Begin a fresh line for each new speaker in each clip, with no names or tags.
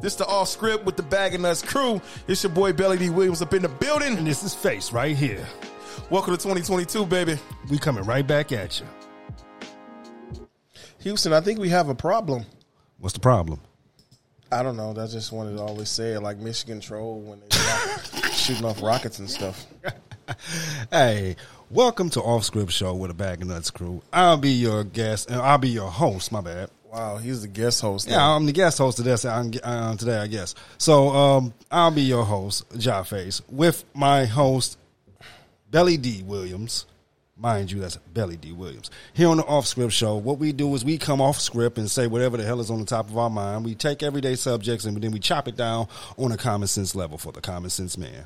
This the off script with the Bag and Nuts crew. It's your boy Belly D Williams up in the building.
And this is Face right here.
Welcome to 2022, baby.
We coming right back at you.
Houston, I think we have a problem.
What's the problem?
I don't know. I just wanted to always say it like Michigan troll when they rock- shooting off rockets and stuff.
Hey, welcome to Off Script Show with a Bag of Nuts crew. I'll be your guest, and I'll be your host. My bad.
Wow, he's the guest host.
Yeah, I'm the guest host today. so I'm, uh, today, I guess. So, um, I'll be your host, Ja Face, with my host, Belly D Williams. Mind you, that's Belly D Williams. Here on the Off Script Show, what we do is we come off script and say whatever the hell is on the top of our mind. We take everyday subjects and then we chop it down on a common sense level for the common sense man.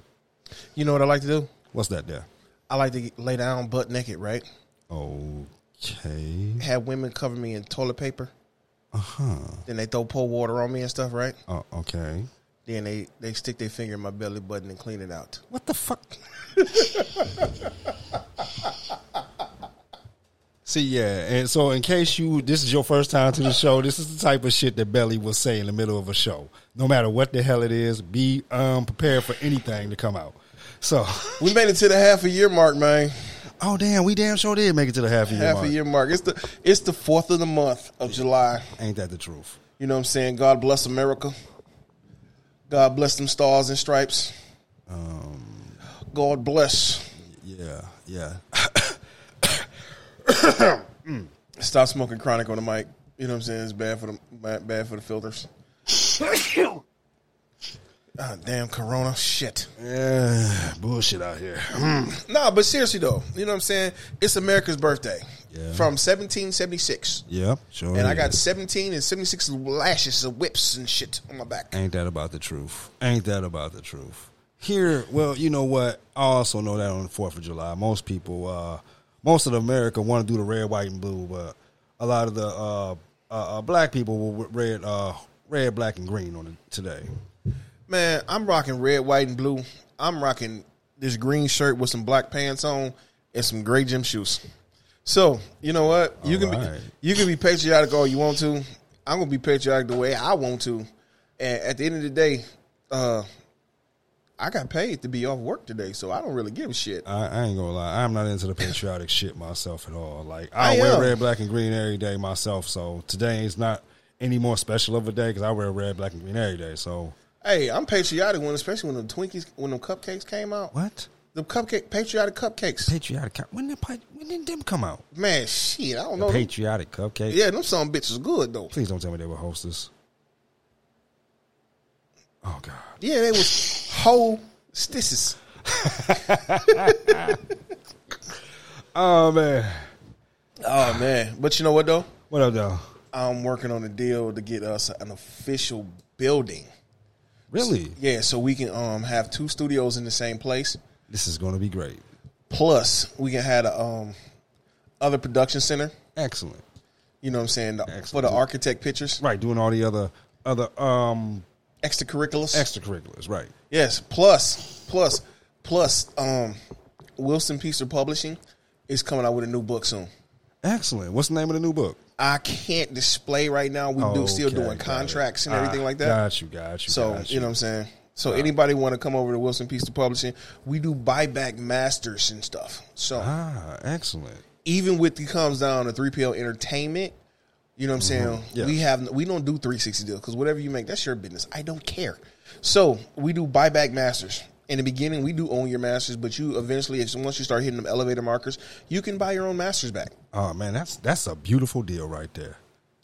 You know what I like to do?
What's that there?
I like to lay down butt naked, right?
Okay.
Have women cover me in toilet paper. Uh huh. Then they throw cold water on me and stuff, right?
Uh, okay.
Then they they stick their finger in my belly button and clean it out.
What the fuck? See, yeah, and so in case you this is your first time to the show, this is the type of shit that Belly will say in the middle of a show. No matter what the hell it is, be um prepared for anything to come out. So,
We made it to the half a year mark, man.
oh damn, we damn sure did make it to the half a year.
Half
mark.
a year mark. It's the it's the fourth of the month of July.
Ain't that the truth?
You know what I'm saying? God bless America. God bless them stars and stripes. God bless.
Yeah, yeah.
Stop smoking chronic on the mic. You know what I'm saying? It's bad for the bad, bad for the filters. Ah, damn corona shit.
Yeah, Eh, bullshit out here.
Nah, but seriously though, you know what I'm saying? It's America's birthday.
Yeah.
From 1776.
yeah, sure.
And I got
is.
17 and 76 lashes of whips and shit on my back.
Ain't that about the truth? Ain't that about the truth? Here, well, you know what? I also know that on the Fourth of July, most people, uh, most of America, want to do the red, white, and blue, but a lot of the uh, uh, uh, black people will w- red, uh, red, black, and green on it today.
Man, I'm rocking red, white, and blue. I'm rocking this green shirt with some black pants on and some gray gym shoes. So you know what? You
All
can
right.
be you can be patriotic all you want to. I'm gonna be patriotic the way I want to. And at the end of the day, uh, I got paid to be off work today, so I don't really give a shit.
I, I ain't gonna lie, I'm not into the patriotic shit myself at all. Like I,
I
wear
am.
red, black, and green every day myself, so today is not any more special of a day because I wear red, black, and green every day. So
Hey, I'm patriotic when, especially when the Twinkies, when them cupcakes came out,
what
the cupcake patriotic cupcakes.
patriotic? cup- When did pa- when did them come out?
Man, shit, I don't know.
Patriotic cupcake.
yeah, them some bitches good though.
Please don't tell me they were hostess. Oh God.
Yeah, they was hostesses.
Oh man.
Oh man, but you know what though?
What up though?
I'm working on a deal to get us an official building.
Really?
Yeah, so we can um have two studios in the same place.
This is gonna be great.
Plus, we can have a um other production center.
Excellent.
You know what I'm saying the- for
Excellent.
the architect pictures,
Right, doing all the other other um
extracurriculars.
extracurriculars, right.
yes, plus, plus, plus. Um, Wilson Peaster Publishing is coming out with a new book soon.
Excellent. What's the name of the new book?
I can't display right now. We do still
Okay,
doing
got
contracts
it.
and everything
Ah,
like that.
Got you, got you.
So
got
you know what I'm saying. So anybody want to come over to Wilson Piece to Publishing? We do buyback masters and stuff. So
Ah, excellent.
even with it comes down to 3PL Entertainment, you know what I'm saying.
Yeah.
We have we don't do 360 deals because whatever you make, that's your business. I don't care. So we do buyback masters. In the beginning, we do own your masters, but you eventually, if once you start hitting them elevator markers, you can buy your own masters back.
Oh man, that's that's a beautiful deal right there.
You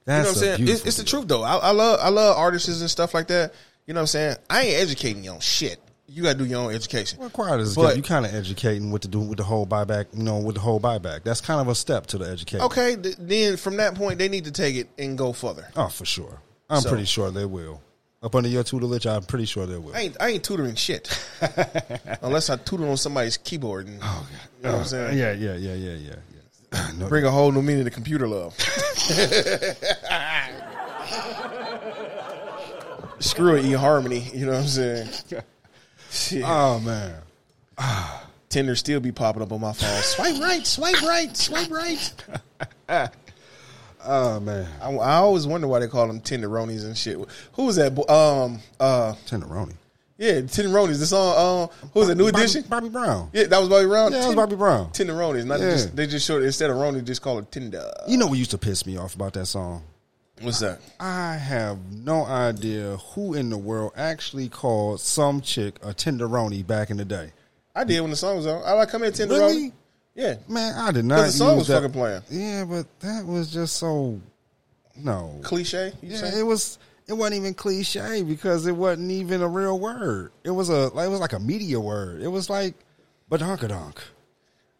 That's
know what I'm saying? It's, it's the truth though. I, I love I love artists and stuff like that. You know what I'm saying? I ain't educating you on shit. You gotta do your own education.
Required is
But-
good. You kind of educating what to do with the whole buyback. You know, with the whole buyback. That's kind of a step to the education.
Okay, th- then from that point, they need to take it and go further.
Oh, for sure. I'm
So-
pretty sure they will. Up under your tutelage, I'm pretty sure they will.
I ain't, I ain't tutoring shit, unless I tutor on somebody's keyboard. And, You know what I'm saying?
Oh, yeah, yeah, yeah, yeah, yeah. yeah. No,
Bring a whole new meaning to computer love. Screw it, eHarmony. You know what I'm saying? Shit.
oh man,
Tinder still be popping up on my phone. Swipe right, swipe right, swipe right.
Oh man,
I, I always wonder why they call them tenderonis and shit. Who was that? bo- Um, uh,
tenderoni.
yeah, tenderonis. The song. Um, who was that? New
Bobby-
Edition.
Bobby Brown.
Yeah, that was Bobby Brown.
Yeah, that was Bobby Brown.
Tenderonis. Not
Yeah.
just, they just short instead of Roni, just call it Tinder.
You know what used to piss me off about that song?
What's that?
I have no idea who in the world actually called some chick a tenderoni back in the day.
I did when the song was on. I like come here Tenderoni.
Really?
Yeah.
Man, I did not.
the song
use
was
that.
fucking playing.
Yeah, but that was just so no.
Cliche. You
Yeah,
saying?
it was. It wasn't even cliche because it wasn't even a real word. It was a like it was like a media word. It was like badonkadonk.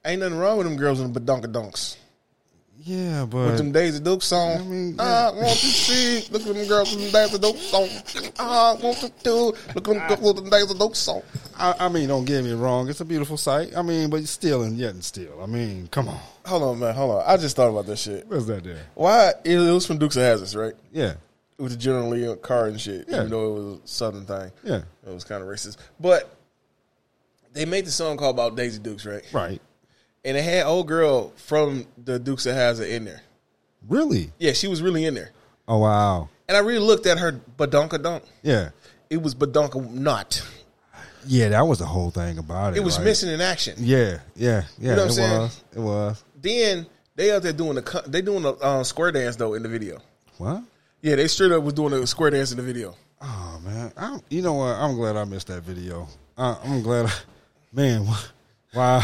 Ain't nothing wrong with them girls in the badonka donks.
Yeah, but
With them Daisy Duke song. I,
I mean,
want to see. Look at them girls with them Daisy Duke song. I want to do. Look at them girls with them Daisy Duke song.
I, I mean, don't get me wrong. It's a beautiful sight. I mean, but still and yet and still. I mean, come on.
Hold on, man. Hold on. I just thought about that shit.
Where's that there?
Why? It was from Dukes of Hazzards, right?
Yeah,
With the General Lee car and shit.
Yeah.
Even though it was a Southern thing.
yeah,
It was kind of racist. But they made the song called about Daisy Dukes, right?
right.
And it had old girl from the Dukes of Hazzard in there.
Really?
Yeah, she was really in there.
Oh wow.
And I really looked at her badonka donk.
Yeah,
It was badonka not.
yeah. That was the whole thing about it.
It was
right?
missing in action.
Yeah, yeah, yeah.
You know
it
what I'm saying?
was. It was.
Then they out there doing the co- they doing a uh, square dance though in the video.
What?
Yeah, they straight up was doing a square dance in the video.
Oh man, I'm, you know what? I'm glad I missed that video. I, I'm glad, I, man. wh- Wow,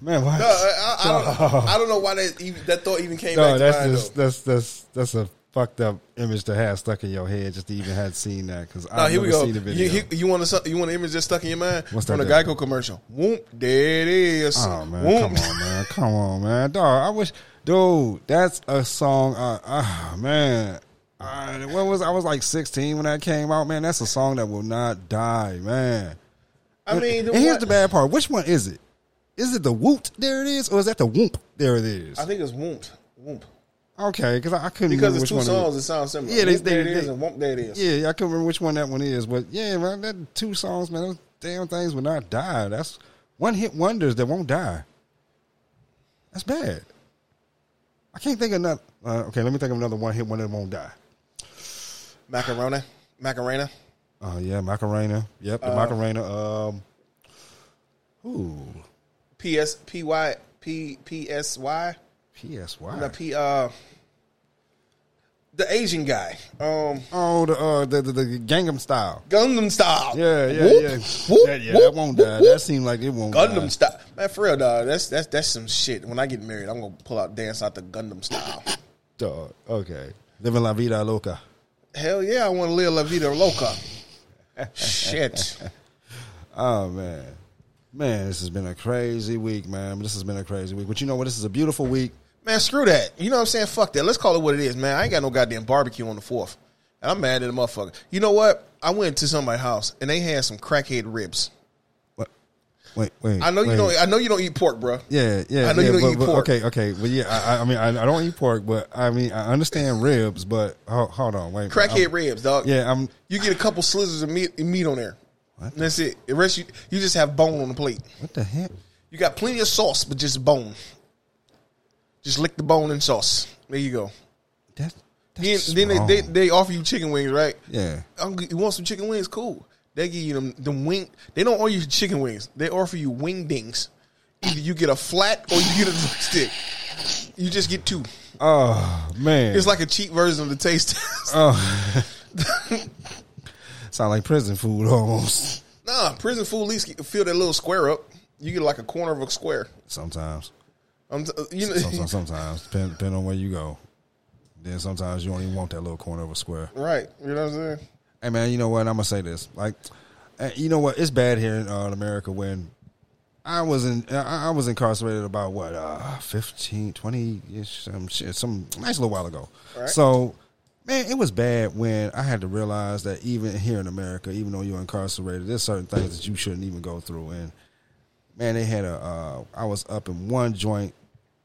man. Why?
Uh, I, I, don't, I don't know why that even, that thought even came
no,
back
that's
to mind.
just,
though.
that's that's that's a fucked up image to have stuck in your head just to even had seen that because
No,
I've
here
never
we go.
seen the video.
You, you- you want to you want an image just stuck in your mind
What's
from
that
the
there?
Geico commercial? Whoop, there it is.
oh man,
Whoop.
come on, man, come on, man, dog. I wish, dude. That's a song. Uh, ah, man. I, what was I was like 16 when that came out, man. That's a song that will not die, man.
I mean,
and here's
what-
the bad part. Which one is it? Is it the woot? There it is, or is that the whoop? There it is.
I think it's whoop, whoop.
Okay, because I, I couldn't
Because
remember
it's
which
two
one.
songs
It
that sound similar.
Yeah, they-
Whoop, there
they-
it is
they-
and whoop, there it is.
is. Yeah, I couldn't remember which one that one is, but yeah, man, that two songs, man, those damn things will not die. That's one hit wonders that won't die. That's bad. I can't think of another. Uh, okay, let me think of another one hit wonder that won't die.
Macarona, Macarena.
Oh yeah, Macarena. Yep,
Uh,
the Macarena. Um, ooh,
P S P Y P P S Y.
PSY.
The P uh the Asian guy. Um
oh, the, uh, the the the Gangnam Style.
Gundam style.
Yeah, yeah,
Whoop,
yeah.
whoop,
yeah, yeah.
whoop,
that won't
whoop,
die.
whoop.
That seemed like it won't
Gundam
die.
style. Man, for real, dog. That's that's that's some shit. When I get married, I'm gonna pull out dance out the Gundam style.
Dog. Okay. Living la vida loca.
Hell yeah, I wanna live La Vida Loca. shit.
Oh man, man, this has been a crazy week, man. This has been a crazy week, but you know what? This is a beautiful week.
Man, screw that. You know what I'm saying? Fuck that. Let's call it what it is, man. I ain't got no goddamn barbecue on the fourth. And I'm mad at the motherfucker. You know what? I went to somebody's house and they had some crackhead ribs.
What? Wait, wait.
I know
wait.
you don't I know you don't eat pork, bruh.
Yeah, yeah.
I know you
yeah,
don't
but-
eat
but-
pork.
Okay, okay, but yeah, I, I- I mean, I, I don't eat pork, but I mean, I understand ribs, but hold, hold on, wait.
Crackhead
I'm-
ribs, dog.
Yeah, I'm.
You get a couple slivers of meat, meat on there. And that's it. The rest you, you just have bone on the plate.
What the heck?
You got plenty of sauce, but just bone. Just lick the bone and sauce. There you go.
That,
Then,
that's
then they,
wrong.
they they offer you chicken wings, right?
Yeah.
I'm g- you want some chicken wings? Cool. They give you them them wing. They don't offer you chicken wings. They offer you wingdings. Either you get a flat or you get a drumstick. You just get two.
Oh man,
It's like a cheap version of the taste test.
oh. Sound like prison food almost
nah, prison food at least get- fill that little square up. You get like a corner of a square.
sometimes.
I'm t- uh, you know,
Sometimes, sometimes depend, depend on where you go. Then sometimes you don't even want that little corner of a square.
right? You know what I'm saying?
Hey man, you know what? I'm gonna say this. Like, eh, you know what? It's bad here in, uh, in America when I was in I I was incarcerated about what uh, 15, 20 ish some shit some nice little while ago.
Alright.
So man, it was bad when I had to realize that even here in America, even though you're incarcerated, there's certain things that you shouldn't even go through. And man, they had a. Uh, I was up in one joint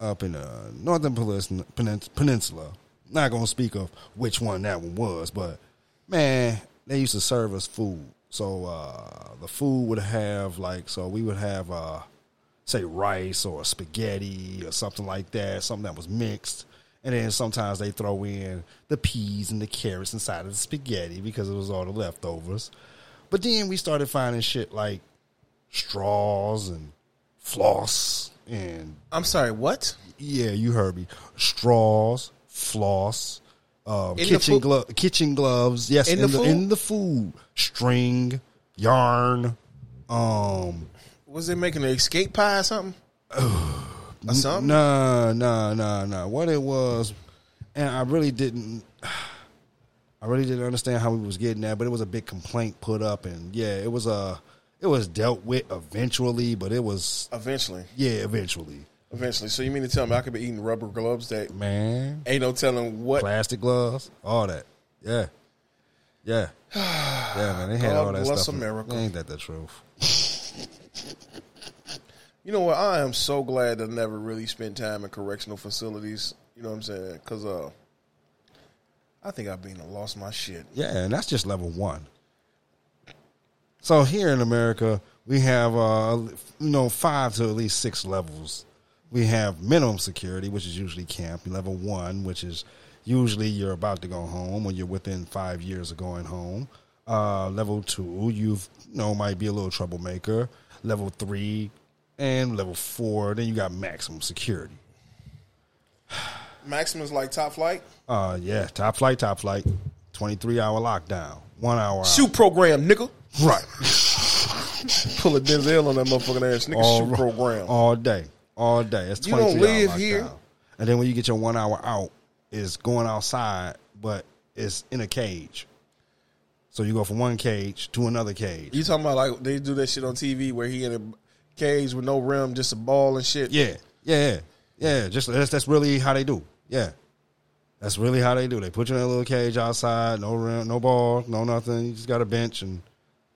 up in uh, Northern Penis- Penin- Peninsula. Not gonna speak of which one that one was, but man, they used to serve us food. So uh, the food would have like so we would have uh, say rice or spaghetti or something like that, something that was mixed, And then sometimes they throw in the peas and the carrots inside of the spaghetti because it was all the leftovers. But then we started finding shit like straws and floss and
I'm sorry, what?
yeah, you heard me. Straws, floss, um,
the
kitchen
food?
gloves, kitchen gloves. Yes,
In
in,
the
the,
food?
in the food, string, yarn. Um,
Was they making an escape pie or something? or something?
nah, nah, nah, nah. What it was, and I really didn't. I really didn't understand how we was getting that, but it was a big complaint put up, and yeah, it was a, it was dealt with eventually, but it was
Eventually,
yeah, eventually,
eventually. So you mean to tell me I could be eating rubber gloves that
man.
ain't no telling what
plastic gloves, all that. Yeah, yeah, yeah, man. They had
God
all that
bless
stuff.
America.
Ain't that the truth?
You know what? I am so glad I never really spent time in correctional facilities. You know what I'm saying? Because uh, I think I've been lost my shit.
Yeah, and that's just level one. So here in America, we have uh, you know five to at least six levels. We have minimum security, which is usually camp. Level one, which is usually you're about to go home or you're within five years of going home. Uh, level two, you've you know might be a little troublemaker. Level three, and level four. Then you got maximum security.
Maximum's like top flight.
Uh, yeah, top flight, top flight. Twenty three hour lockdown, one hour out.
Shoot program, nigga.
right.
Pull a Denzel on that motherfucking ass, nigga. shoot program.
all day, all day. It's
You
twenty
don't
three
live
hour
here.
lockdown. And then when you get your one hour out, it's going outside, but it's in a cage. So you go from one cage to another cage.
you talking about like they do that shit on TV where he in a cage with no rim, just a ball and shit.
Yeah, yeah, yeah. yeah. Just that's that's really how they do. Yeah, that's really how they do. They put you in a little cage outside, no rim, no ball, no nothing. You just got a bench and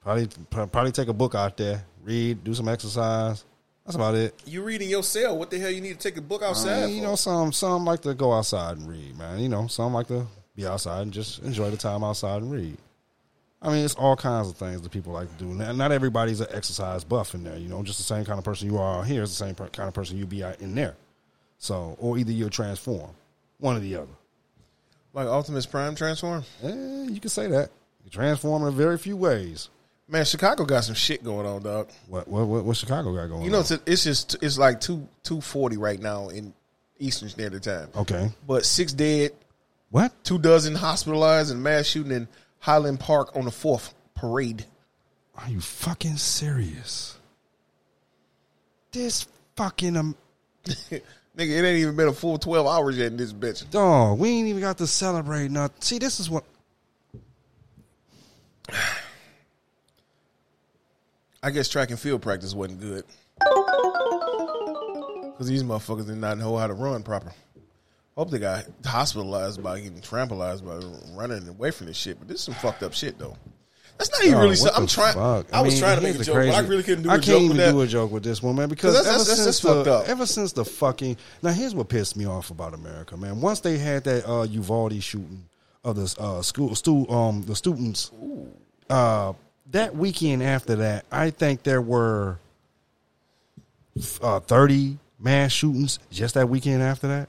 probably probably take a book out there, read, do some exercise. That's about it.
You reading your cell? What the hell? You need to take a book outside.
Man, you know, some some like to go outside and read, man. You know, some like to be outside and just enjoy the time outside and read. I mean, it's all kinds of things that people like to do. Not, not everybody's an exercise buff in there. You know, just the same kind of person you are out here is the same per- kind of person you be out in there. So, or either you'll transform, one or the other.
for? like Optimus Prime transform.
Eh, you can say that you transform in very few ways.
Man, Chicago got some shit going on, dog.
What what what, what Chicago got going?
You know,
on?
it's, it's just it's like two two forty right now in Eastern Standard Time.
okay,
But six dead,
what?
two dozen hospitalized, and mass shooting in Highland Park on the fourth parade.
Are you fucking serious? This fucking. Am-
Nigga, it ain't even been a full twelve hours yet in this bitch.
Dog, we ain't even got to celebrate nothing. See, this is what
I guess track and field practice wasn't good because these motherfuckers did not know how to run proper. Hope they got hospitalized by getting trampolized by running away from this shit. But this is some fucked up shit though. That's not even
Dog,
really.
Oh,
So,
what
I'm
the
trying.
fuck?
I, was
mean,
trying to make a
here's
joke,
the
but I
crazy-
really couldn't do a
I
joke
can't even
with that.
do a joke with this one, man, because
That's-
ever
that's- that's-
since
that's fucked
the
up.
ever since the fucking now, here's what pissed me off about America, man. Once they had that uh, Uvalde shooting of the uh, school, stu- um, the students, uh, that weekend after that, I think there were uh, thirty mass shootings just that weekend after that.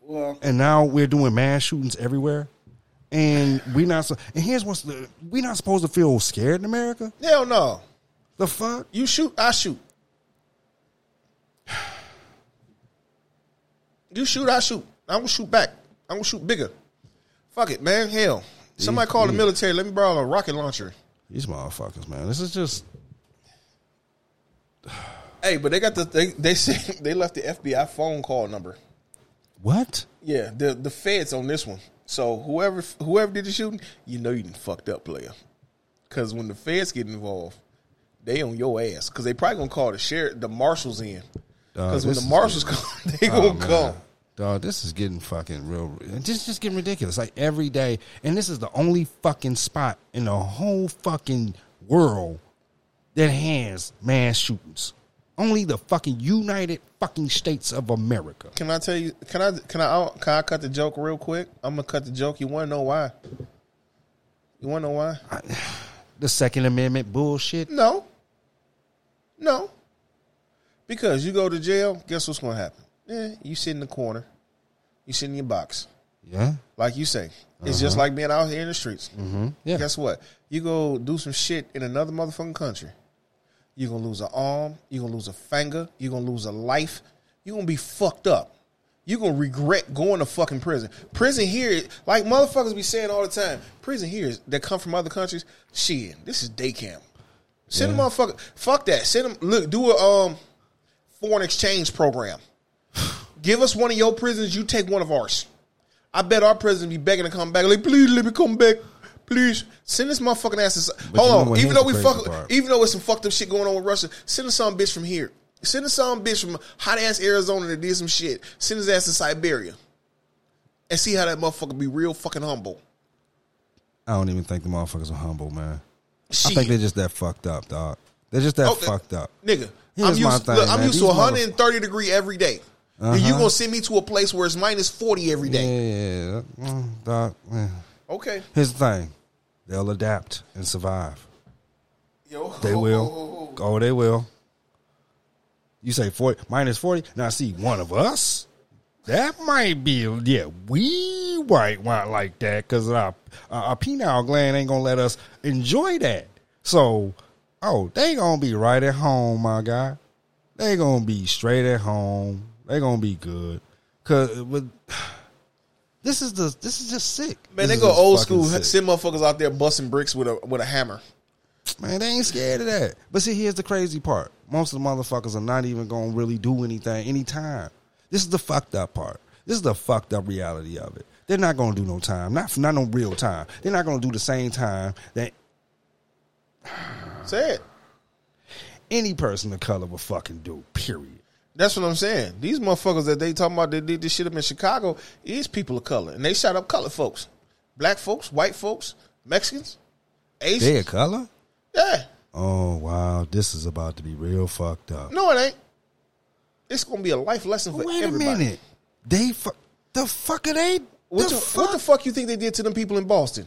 Well,
and now we're doing mass shootings everywhere. And we not so. And here's what's the we not supposed to feel scared in America.
hell no.
The fuck?
You shoot, I shoot. You shoot, I shoot. I'm gonna shoot back. I'm gonna shoot bigger. Fuck it, man. Hell. Somebody call the military. Let me borrow a rocket launcher.
These motherfuckers, man. This is just
Hey, but they got the they they said they left the FBI phone call number.
what?
Yeah, the the feds on this one. So whoever whoever did the shooting, you know you done fucked up, player. Because when the feds get involved, they on your ass. Because they probably gonna call the sheriff, the marshals in.
Dog,
Because when
this is-
the
Oh,
marshals come, they gonna
man.
come.
Dog, this is getting fucking real. This is just getting ridiculous. Like every day, and this is the only fucking spot in the whole fucking world that has mass shootings. Only the fucking United fucking States of America.
Can I tell you? Can I can I can I cut the joke real quick? I'm gonna cut the joke. You want to know why? You want to know why?
The Second Amendment bullshit.
No. No. Because you go to jail, guess what's going to happen? Eh, you sit in the corner. You sit in your box,
Yeah.
like you say. It's just like being out here in the streets. Mm-hmm.
Yeah.
Guess what? You go do some shit in another motherfucking country. You're gonna lose an arm. You're gonna lose a finger. You're gonna lose a life. You're gonna be fucked up. You're gonna regret going to fucking prison. Prison here, like motherfuckers be saying all the time, prison here is, that come from other countries, shit, this is day camp. Send them motherfucker, fuck that. Send them, look, do a um, foreign exchange program. Give us one of your prisons, you take one of ours. I bet our president be begging to come back. Like, please let me come back. Please send this motherfucking ass. To,
But you know
hold on.
what,
Even
here's
though
the
we
crazy
fuck,
part.
even though it's some fucked up shit going on with Russia, send us some bitch from here. Send us some bitch from hot ass Arizona that did some shit. Send his ass to Siberia, and see how that motherfucker be real fucking humble.
I don't even think the motherfuckers are humble, man. I
Shit.
think they're just that fucked up, dog. They're just that
Oh,
fucked up.
Nigga,
Here's
I'm
my
used,
thing,
look, I'm
man.
used to
These Uh-huh.
130 degree every day. And you gonna send me to a place where it's minus 40 every
Yeah,
day?
yeah, yeah. Mm, dog. yeah.
Okay,
Here's the thing. They'll adapt and survive.
yo,
They will. Oh, they will. You say 40, minus 40. Now, see, one of us, that might be, yeah, we might want like that because our, our our penile gland ain't going to let us enjoy that. So, oh, they going to be right at home, my guy. They going to be straight at home. They going to be good. Because with. This is the this is just sick. This
Man, they
is
go
just
old
fucking
school.
sick.
Send motherfuckers out there busting bricks with a with a hammer.
Man, they ain't scared of that. But see, here's the crazy part. Most of the motherfuckers are not even gonna really do anything anytime. This is the fucked up part. This is the fucked up reality of it. They're not gonna do no time. Not not no real time. They're not gonna do the same time that Uh-huh.
Say it.
any person of color will fucking do. Period.
That's what I'm saying. These motherfuckers that they talking about that did this shit up in Chicago is people of color, and they shot up colored folks, black folks, white folks, Mexicans,
They
Asians.
a color?
Yeah.
Oh wow, this is about to be real fucked up.
No, it ain't. It's gonna be a life lesson for
Wait
everybody.
a minute. They fu- the fuck are they?
What
the
you- what the fuck you think they did to them people in Boston?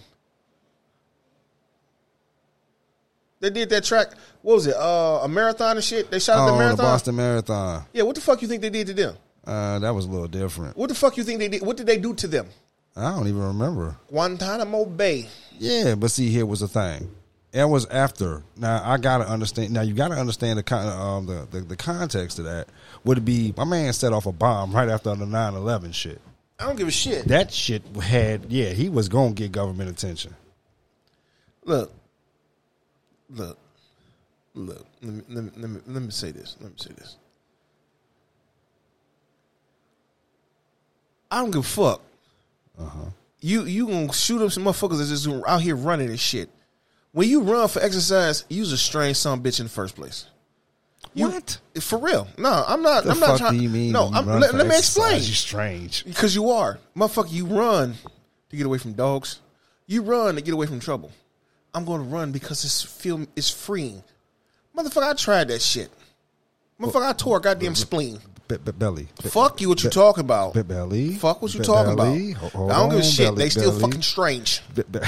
They did that track. What was it? Uh, a marathon and shit. They shot up
Oh,
the marathon.
the Boston Marathon.
Yeah. What the fuck you think they did to them?
Uh, that was a little different.
What the fuck you think they did? What did they do to them?
I don't even remember.
Guantanamo Bay.
Yeah, but see, here was the thing. That was after. Now I gotta understand. Now you gotta understand the con- um the, the, the context of that would be my man set off a bomb right after the 9-11 shit.
I don't give a shit.
That shit had yeah he was gonna get government attention.
Look, look, look. Let me, let me, let me, let me say this. Let me say this. I don't give a fuck.
Uh-huh.
You you gonna shoot up some motherfuckers that's just out here running and shit. When you run for exercise, you's a strange son of a bitch in the first place. You-
what
For real? No, I'm not.
the
I'm
fuck
not trying.
do you mean?
No,
you
I'm,
run
let,
for
let me
exercise?
explain.
You strange.
Because you are. Motherfucker, you run to get away from dogs. You run to get away from trouble. I'm going to run because this film is freeing. Motherfucker, I tried that shit. Motherfucker, I tore a goddamn spleen.
Be- be- belly. Be-
Fuck you, what you talking about.
be- belly.
Fuck what you
Be-
talking
belly.
about.
Ho- hold
I don't give a
on,
shit.
belly,
they still
belly.
fucking strange.
Be- be-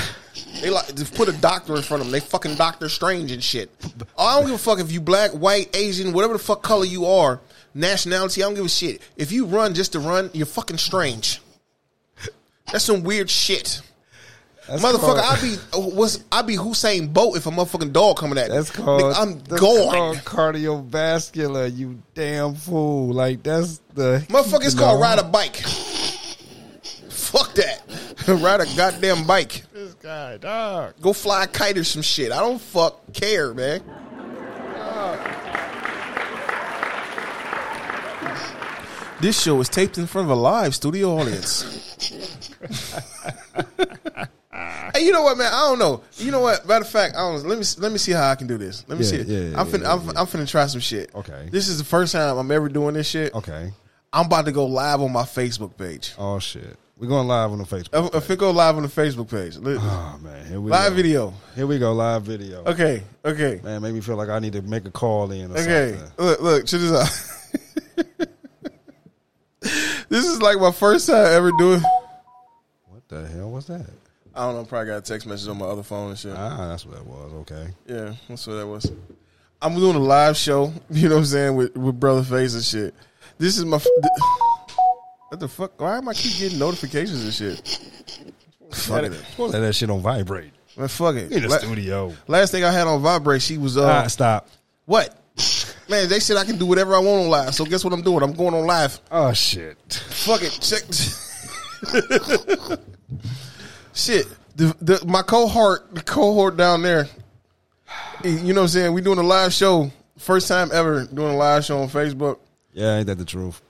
They like just put a doctor in front of them. They fucking Doctor Strange and shit. I don't give a fuck if you black, white, Asian, whatever the fuck color you are, nationality. I don't give a shit. If you run just to run, you're fucking strange. That's some weird shit.
That's
motherfucker,
called-
I'd be uh, what's I'd be Hussein Bolt if a motherfucking dog coming at me.
That's called.
Nigga, I'm
that's
gone.
called cardiovascular. You damn fool! Like that's the
Motherfucker, it's
you
called
know.
ride a bike. fuck that. ride a goddamn bike.
This guy, dog.
Go fly a kite or some shit. I don't fuck care, man. This show is taped in front of a live studio audience. hey, you know what, man? I don't know. You know what? Matter of fact, I don't, let me let me see how I can do this. Let me
Yeah,
see. It.
yeah,
I'm
yeah,
finna I'm, I'm finna try some shit.
Okay.
This is the first time I'm ever doing this shit.
Okay.
I'm about to go live on my Facebook page.
Oh shit. We're going live on the Facebook.
If, if it go live on the Facebook page, Li-
Oh man. Here we
live
go.
video.
Here we go. Live video.
Okay. Okay.
Man, made me feel like I need to make a call in. Or
Okay,
Something.
look, look, check this out. this is like my first time ever doing.
What the hell was that?
I don't know. Probably got a text message on my other phone and shit.
Ah, that's what that was. Okay.
Yeah, that's what that was. I'm doing a live show. You know what I'm saying with with brother face and shit. This is my. f- What the fuck? Why am I keep getting notifications and shit?
Fuck it. Let that shit don't vibrate.
Man, fuck it.
In the
La-
studio.
Last thing I had on vibrate, she was uh,
Ah, stop.
what? Man, they said I can do whatever I want on live. So guess what I'm doing? I'm going on live.
Oh shit.
Fuck it. Check. Shit. The, the, my cohort, the cohort down there, you know what I'm saying? We doing a live show. First time ever doing a live show on Facebook.
Yeah, ain't that the truth?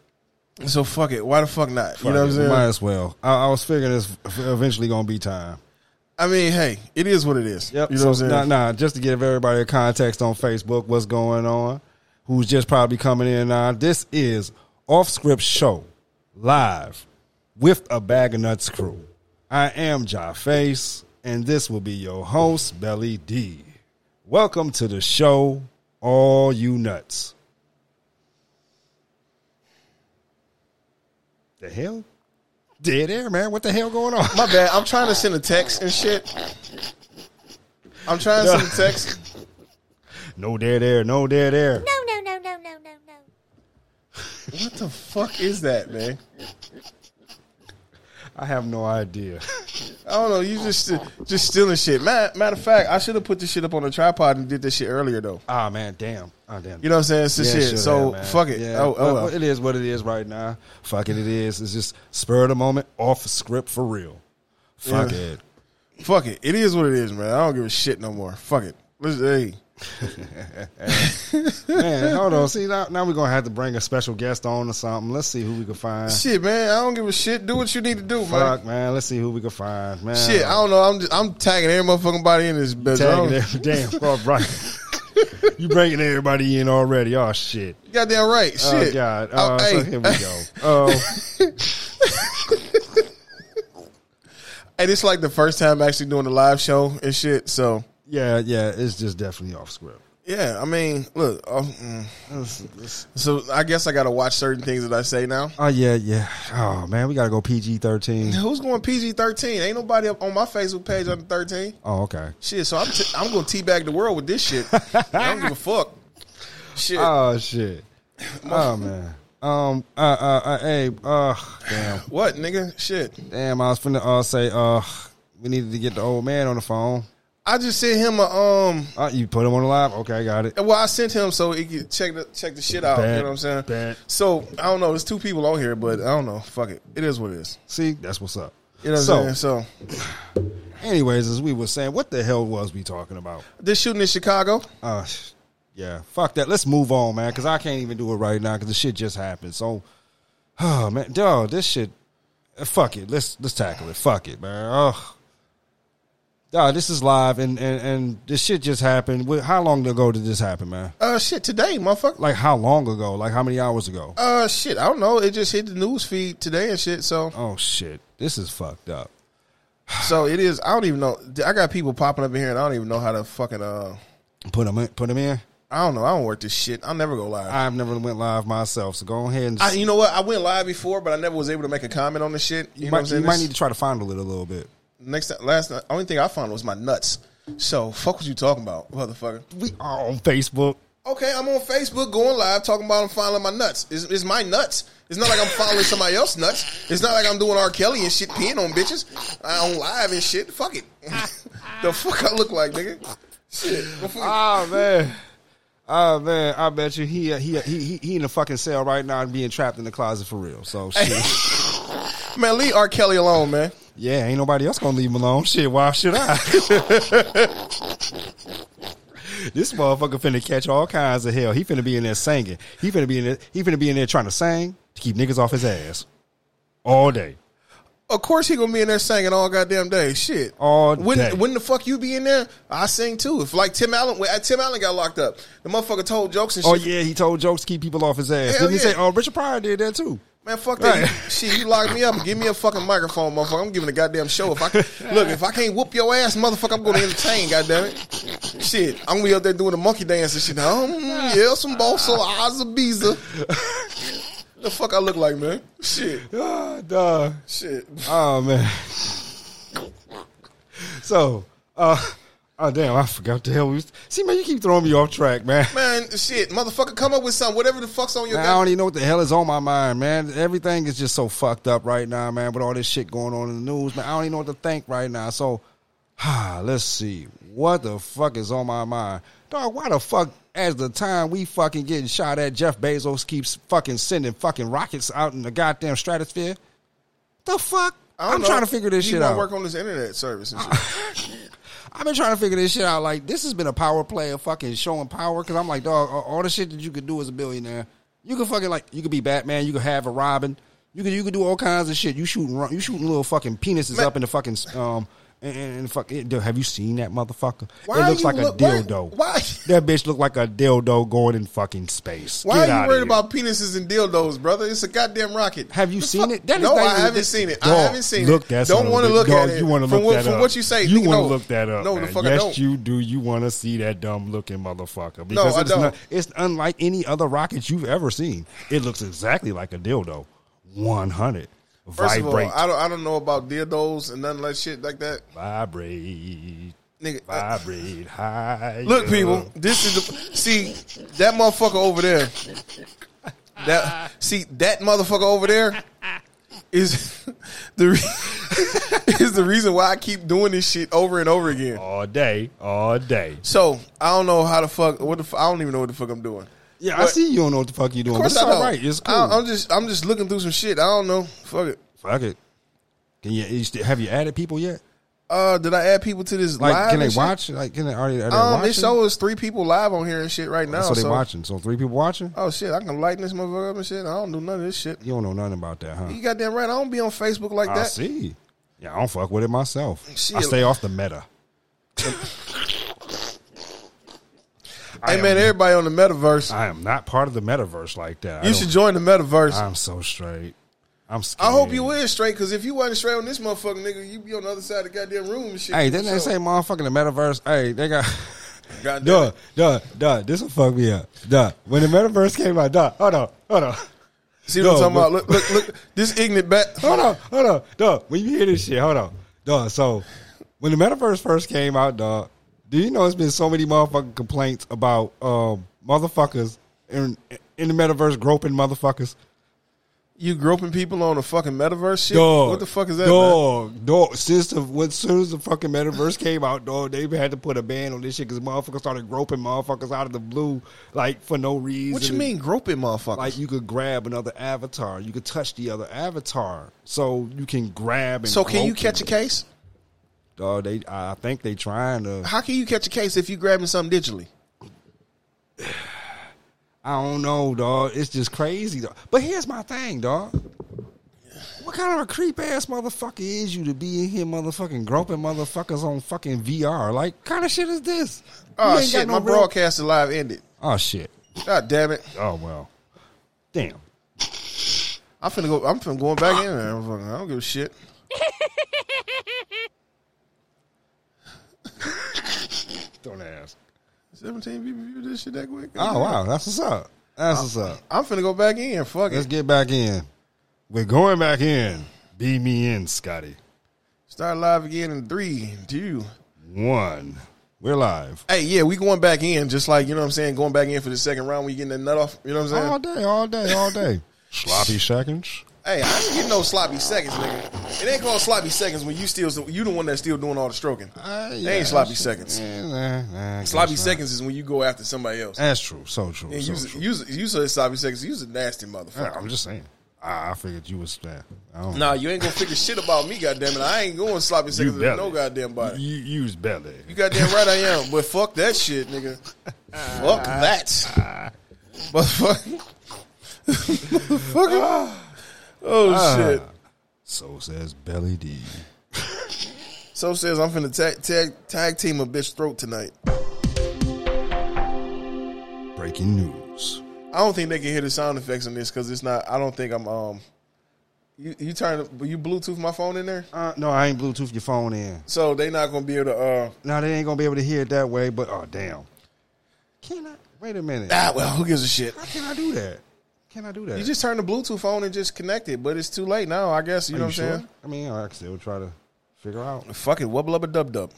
So fuck it. Why the fuck not? You know what I'm saying?
Might as well. I, I was figuring it's eventually gonna be time.
I mean, hey, it is what it is. You know
so,
what I'm saying?
Nah, nah, just to give everybody a context on Facebook, what's going on, who's just probably coming in now. This is Off Script Show, live with a Bag of Nuts crew. I am Ja Face, and this will be your host, Belly D. Welcome to the show, all you nuts. The hell? Dead air, man. What the hell going on?
My bad. I'm trying to send a text and shit. I'm trying to send a text.
No dead air, no dead air.
No, no, no, no, no, no, no.
What the fuck is that, man?
I have no idea.
I don't know. You just just stealing shit. Matter, matter of fact, I should have put this shit up on a tripod and did this shit earlier though.
Ah man, damn. Ah damn.
You know what I'm saying? It's the
Yeah,
shit.
sure,
so
yeah, man.
fuck it.
Yeah.
Oh, oh
But-
well.
but it is what it is right now. Fuck it, it is. It's just spur of the moment, off script for real. Fuck
Yeah.
it.
Fuck it. It is what it is, man. I don't give a shit no more. Fuck it. Listen, hey.
Man, hold on. See now, now we're gonna have to bring a special guest on or something. Let's see who we can find.
Shit, man. I don't give a shit. Do what you need to do, man.
Fuck man, let's see who we can find. Man.
Shit, I don't know. I'm just, I'm tagging every motherfucking body in this bitch. I
tagging
don't-
every damn all right. you bringing everybody in already. Oh shit.
Goddamn right. Shit.
Oh god. Uh,
Oh,
so
hey.
here we go. Oh
And it's like the first time actually doing a live show and shit. So
yeah, yeah, it's just definitely off script.
yeah, I mean, look. um, mm.
It's- it's-
so I guess I gotta watch certain things that I say now.
Oh yeah, yeah. Oh man, we gotta go PG thirteen.
Who's going PG thirteen? Ain't nobody up on my Facebook page under thirteen.
Oh okay.
Shit, so I'm t- I'm gonna teabag the world with this shit. I don't give a fuck. Shit,
Oh shit. Oh man. Um. Uh. Uh. uh hey. Uh. Damn.
what nigga? Shit,
Damn. I was finna uh, say. Uh. We needed to get the old man on the phone.
I just sent him a um.
Uh, you put him on the live. Okay, got it.
Well, I sent him so he could check the check the shit out. you
Bet.
know what I'm saying?
Bet.
So I don't know. There's two people on here, but I don't know. Fuck it. It is what it is.
See, that's what's up.
You know what
so,
I'm saying? So
anyways, as we were saying, what the hell was we talking about?
this shooting in Chicago.
Uh, sh- yeah, fuck that. Let's move on, man, because I can't even do it right now because the shit just happened. So, oh man, dog, this shit. uh, Fuck it. Let's let's tackle it. Fuck it, man. Oh, dog, this is live, and and and this shit just happened. Wh- How long ago did this happen, man?
Uh, shit, today, motherfucker.
Like how long ago? Like how many hours ago?
Uh, shit, I don't know. It just hit the news feed today and shit. So,
Oh shit, this is fucked up.
so it is. I don't even know. I got people popping up in here, and I don't even know how to fucking uh.
Put them in. Put 'em in.
I don't know. I don't work this shit. I'll never go live.
I've never went live myself, so go ahead and.
I, you know what? I went live before, but I never was able to make a comment on the shit. You, know
might,
what I'm saying?
you might
This-
need to try to fondle it a little bit.
next time, last night, only thing I found was my nuts. So fuck what you talking about, motherfucker?
We are on Facebook.
Okay, I'm on Facebook going live talking about I'm fondling my nuts. It's, it's my nuts. It's not like I'm fondling somebody else's nuts. It's not like I'm doing R. Kelly and shit, peeing on bitches. I on live and shit. Fuck it. the fuck I look like, nigga. Shit. The fuck-
Oh man. Oh man, I bet you he uh, he he he, he in a fucking cell right now and being trapped in the closet for real. So shit.
Man, leave R. Kelly alone, man.
yeah, ain't nobody else gonna leave him alone. Shit, why should I? this motherfucker finna catch all kinds of hell. He finna be in there singing. He finna be in there, he finna be in there trying to sing to keep niggas off his ass. All day.
Of course he gonna be in there singing all goddamn day. Shit.
All
when,
day.
When the fuck you be in there? I sing too. If like Tim Allen, when uh, Tim Allen got locked up, the motherfucker told jokes and shit.
Oh yeah, he told jokes to keep people off his ass.
Hell
Didn't he say?
yeah.
Oh, Richard Pryor did that too.
Man, fuck that.
Right.
You- shit, you locked me up. Give me a fucking microphone, motherfucker. I'm giving a goddamn show. If I look, if I can't whoop your ass, motherfucker, I'm gonna entertain. Goddamn it. Shit, I'm gonna be up there doing the monkey dance and shit. Um, yeah, some bosso, azabiza. the fuck I look like, man? Shit,
Ah, duh.
shit.
Oh man. So, uh, Oh damn! I forgot what the hell we. Was, see, man, you keep throwing me off track, man.
Man, shit, motherfucker, come up with something. Whatever the fuck's on your
Man, I don't even know what the hell is on my mind, man. Everything is just so fucked up right now, man. With all this shit going on in the news, man, I don't even know what to think right now. So, let's see what the fuck is on my mind, dog. Why the fuck? As the time we fucking getting shot at, Jeff Bezos keeps fucking sending fucking rockets out in the goddamn stratosphere. The fuck?
I
I'm
don't know.
trying to figure this
He
shit
might
out. Ah,
work on this internet service and shit.
I've been trying to figure this shit out. Like, this has been a power play of fucking showing power. Cause I'm like, dog, all- all the shit that you could do as a billionaire, you could fucking like, you could be Batman, you could have a Robin, you could you could do all kinds of shit. You shooting ru- you shooting little fucking penises up in the fucking um and, and, and fuck. It, dude, have you seen that motherfucker?
Why
it
are
looks
you
like a
look- why-
dildo.
why-
that bitch look like a dildo going in fucking space?
Why
Get
are
outta
you worried
here.
about penises and dildos, brother? It's a goddamn rocket.
Have you
The
seen
fuck-
it? That is
no,
not
I
even-
haven't seen it.
Dog,
I haven't seen
look
it.
That
don't
want to
look
dog,
at it.
You want to
from
look
what,
that
from
up.
what you say.
You
nigga,
want to
no.
look that up.
No,
man.
the fuck
yes,
I don't.
you do. You want to see that dumb looking motherfucker because
I
it's,
don't.
Not, it's unlike any other rocket you've ever seen. It looks exactly like a dildo. One hundred
First
vibrate,
of all, I don't, I don't know about dildos and none of that shit like that.
vibrate,
Nigga,
vibrate high.
Look, people, this is the see that motherfucker over there. That see that motherfucker over there is the re- is the reason why I keep doing this shit over and over again.
all day, all day.
So I don't know how the fuck. What the? F- I don't even know what the fuck I'm doing.
Yeah, I
But-
see you don't know what the fuck you doing.
Of course,
but
I
it's
don't.
all right. It's cool.
I, I'm just I'm just looking through some shit. I don't know. Fuck it.
Fuck it. Can you, you still- have you added people yet?
Uh, did I add people to this
Like,
live?
can they
and shit?
watch? Like, can they already? Are they
Um,
watching?
it shows three people live on here and shit right now.
Oh, so they
so-
watching. So three people watching.
Oh shit! I can lighten this motherfucker up and shit. I don't do none of this shit.
You don't know nothing about that, huh?
You goddamn right. I don't be on Facebook like
I
that.
see. Yeah, I don't fuck with it myself.
Shit.
I stay off the meta. I
Hey man,
am,
everybody on the metaverse.
I am not part of the metaverse like that. I
you
don't-
should join the metaverse. i
I'm so straight. I'm scared.
hope you is straight, because if you wasn't straight on this motherfucker, nigga, you be on the other side of the goddamn room and shit.
Hey, didn't they
So-
say motherfucking the metaverse? Hey, they got.
Goddamn
Duh,
it.
duh, duh. This will fuck me up. Duh. When the metaverse came out, duh. Hold on, hold on.
See what
Duh,
I'm talking about? Look, look, look. This ignorant bat.
hold on, hold on, dog. When you hear this shit, hold on, dog. So when the metaverse first came out, dog, do you know it's been so many motherfucking complaints about um, motherfuckers in in the metaverse groping motherfuckers?
You groping people on the fucking metaverse shit?
Dog,
What the fuck is that, man?
Dog, dog. Since the when, soon as the fucking metaverse came out, dog, they had to put a ban on this shit because motherfuckers started groping motherfuckers out of the blue, like for no reason.
What you mean groping motherfuckers?
Like you could grab another avatar, you could touch the other avatar, so you can grab. And
so can you
grope
catch a
them.
case?
Dog, they I think they trying to.
How can you catch a case if you grabbing something digitally?
I don't know, dog. It's just crazy, dog. But here's my thing, dog. What kind of a creep ass motherfucker is you to be in here, motherfucking groping motherfuckers on fucking VR? Like, kind of shit is this? You
Oh
ain't got
shit!
no
my
real-
broadcast is live ended.
Oh shit.
God damn it!
Oh well. Damn.
I'm finna go. I'm finna going back in there. motherfucker. I don't give a shit.
Don't ask.
17 people viewed this shit that quick.
Oh wow, that's what's up. That's what's up.
I'm finna go back in. Fuck
Let's
it.
get back in. We're going back in. Be me in, Scotty.
Start live again in three, two.
One. We're live.
Hey, yeah, we going back in. Just like you know what I'm saying, going back in for the second round. We getting that nut off. You know what I'm saying?
All day, all day, all day. Sloppy seconds.
hey, I ain't getting no sloppy seconds, nigga. It ain't called sloppy seconds when you still you the one that's still doing all the stroking.
Uh,
They ain't sloppy seconds.
Yeah, nah, nah, I
sloppy
guess not.
seconds is when you go after somebody else.
That's true. So true.
And
so
you
true.
use use a sloppy seconds. Use a nasty
Yeah,
motherfucker.
I'm just saying. I, I figured you was that. I don't
Nah, you ain't gonna figure shit about me, goddammit. I ain't going sloppy
You
seconds with no goddamn body.
You you use belly.
You goddamn right I am. But fuck that shit, nigga. fuck
Ah.
that. Motherfucker. Motherfucker.
Ah.
Oh shit.
So says Belly D.
So says I'm finna tag tag tag team a bitch throat tonight.
Breaking news.
I don't think they can hear the sound effects on this because it's not. I don't think I'm um. You you turn you Bluetooth my phone in there,
Uh, no, I ain't Bluetooth your phone in.
so they not gonna be able to. uh
No, they ain't gonna be able to hear it that way. But oh damn. Can I? Wait a minute.
Ah well, who gives a shit?
How can I do that? Can I do that?
You just turn the Bluetooth on and just connect it, but it's too late now. I guess you
Are
know
you
what I'm
sure?
saying.
I mean, I can still try to figure out.
Fuck it, wubble up a dub dub.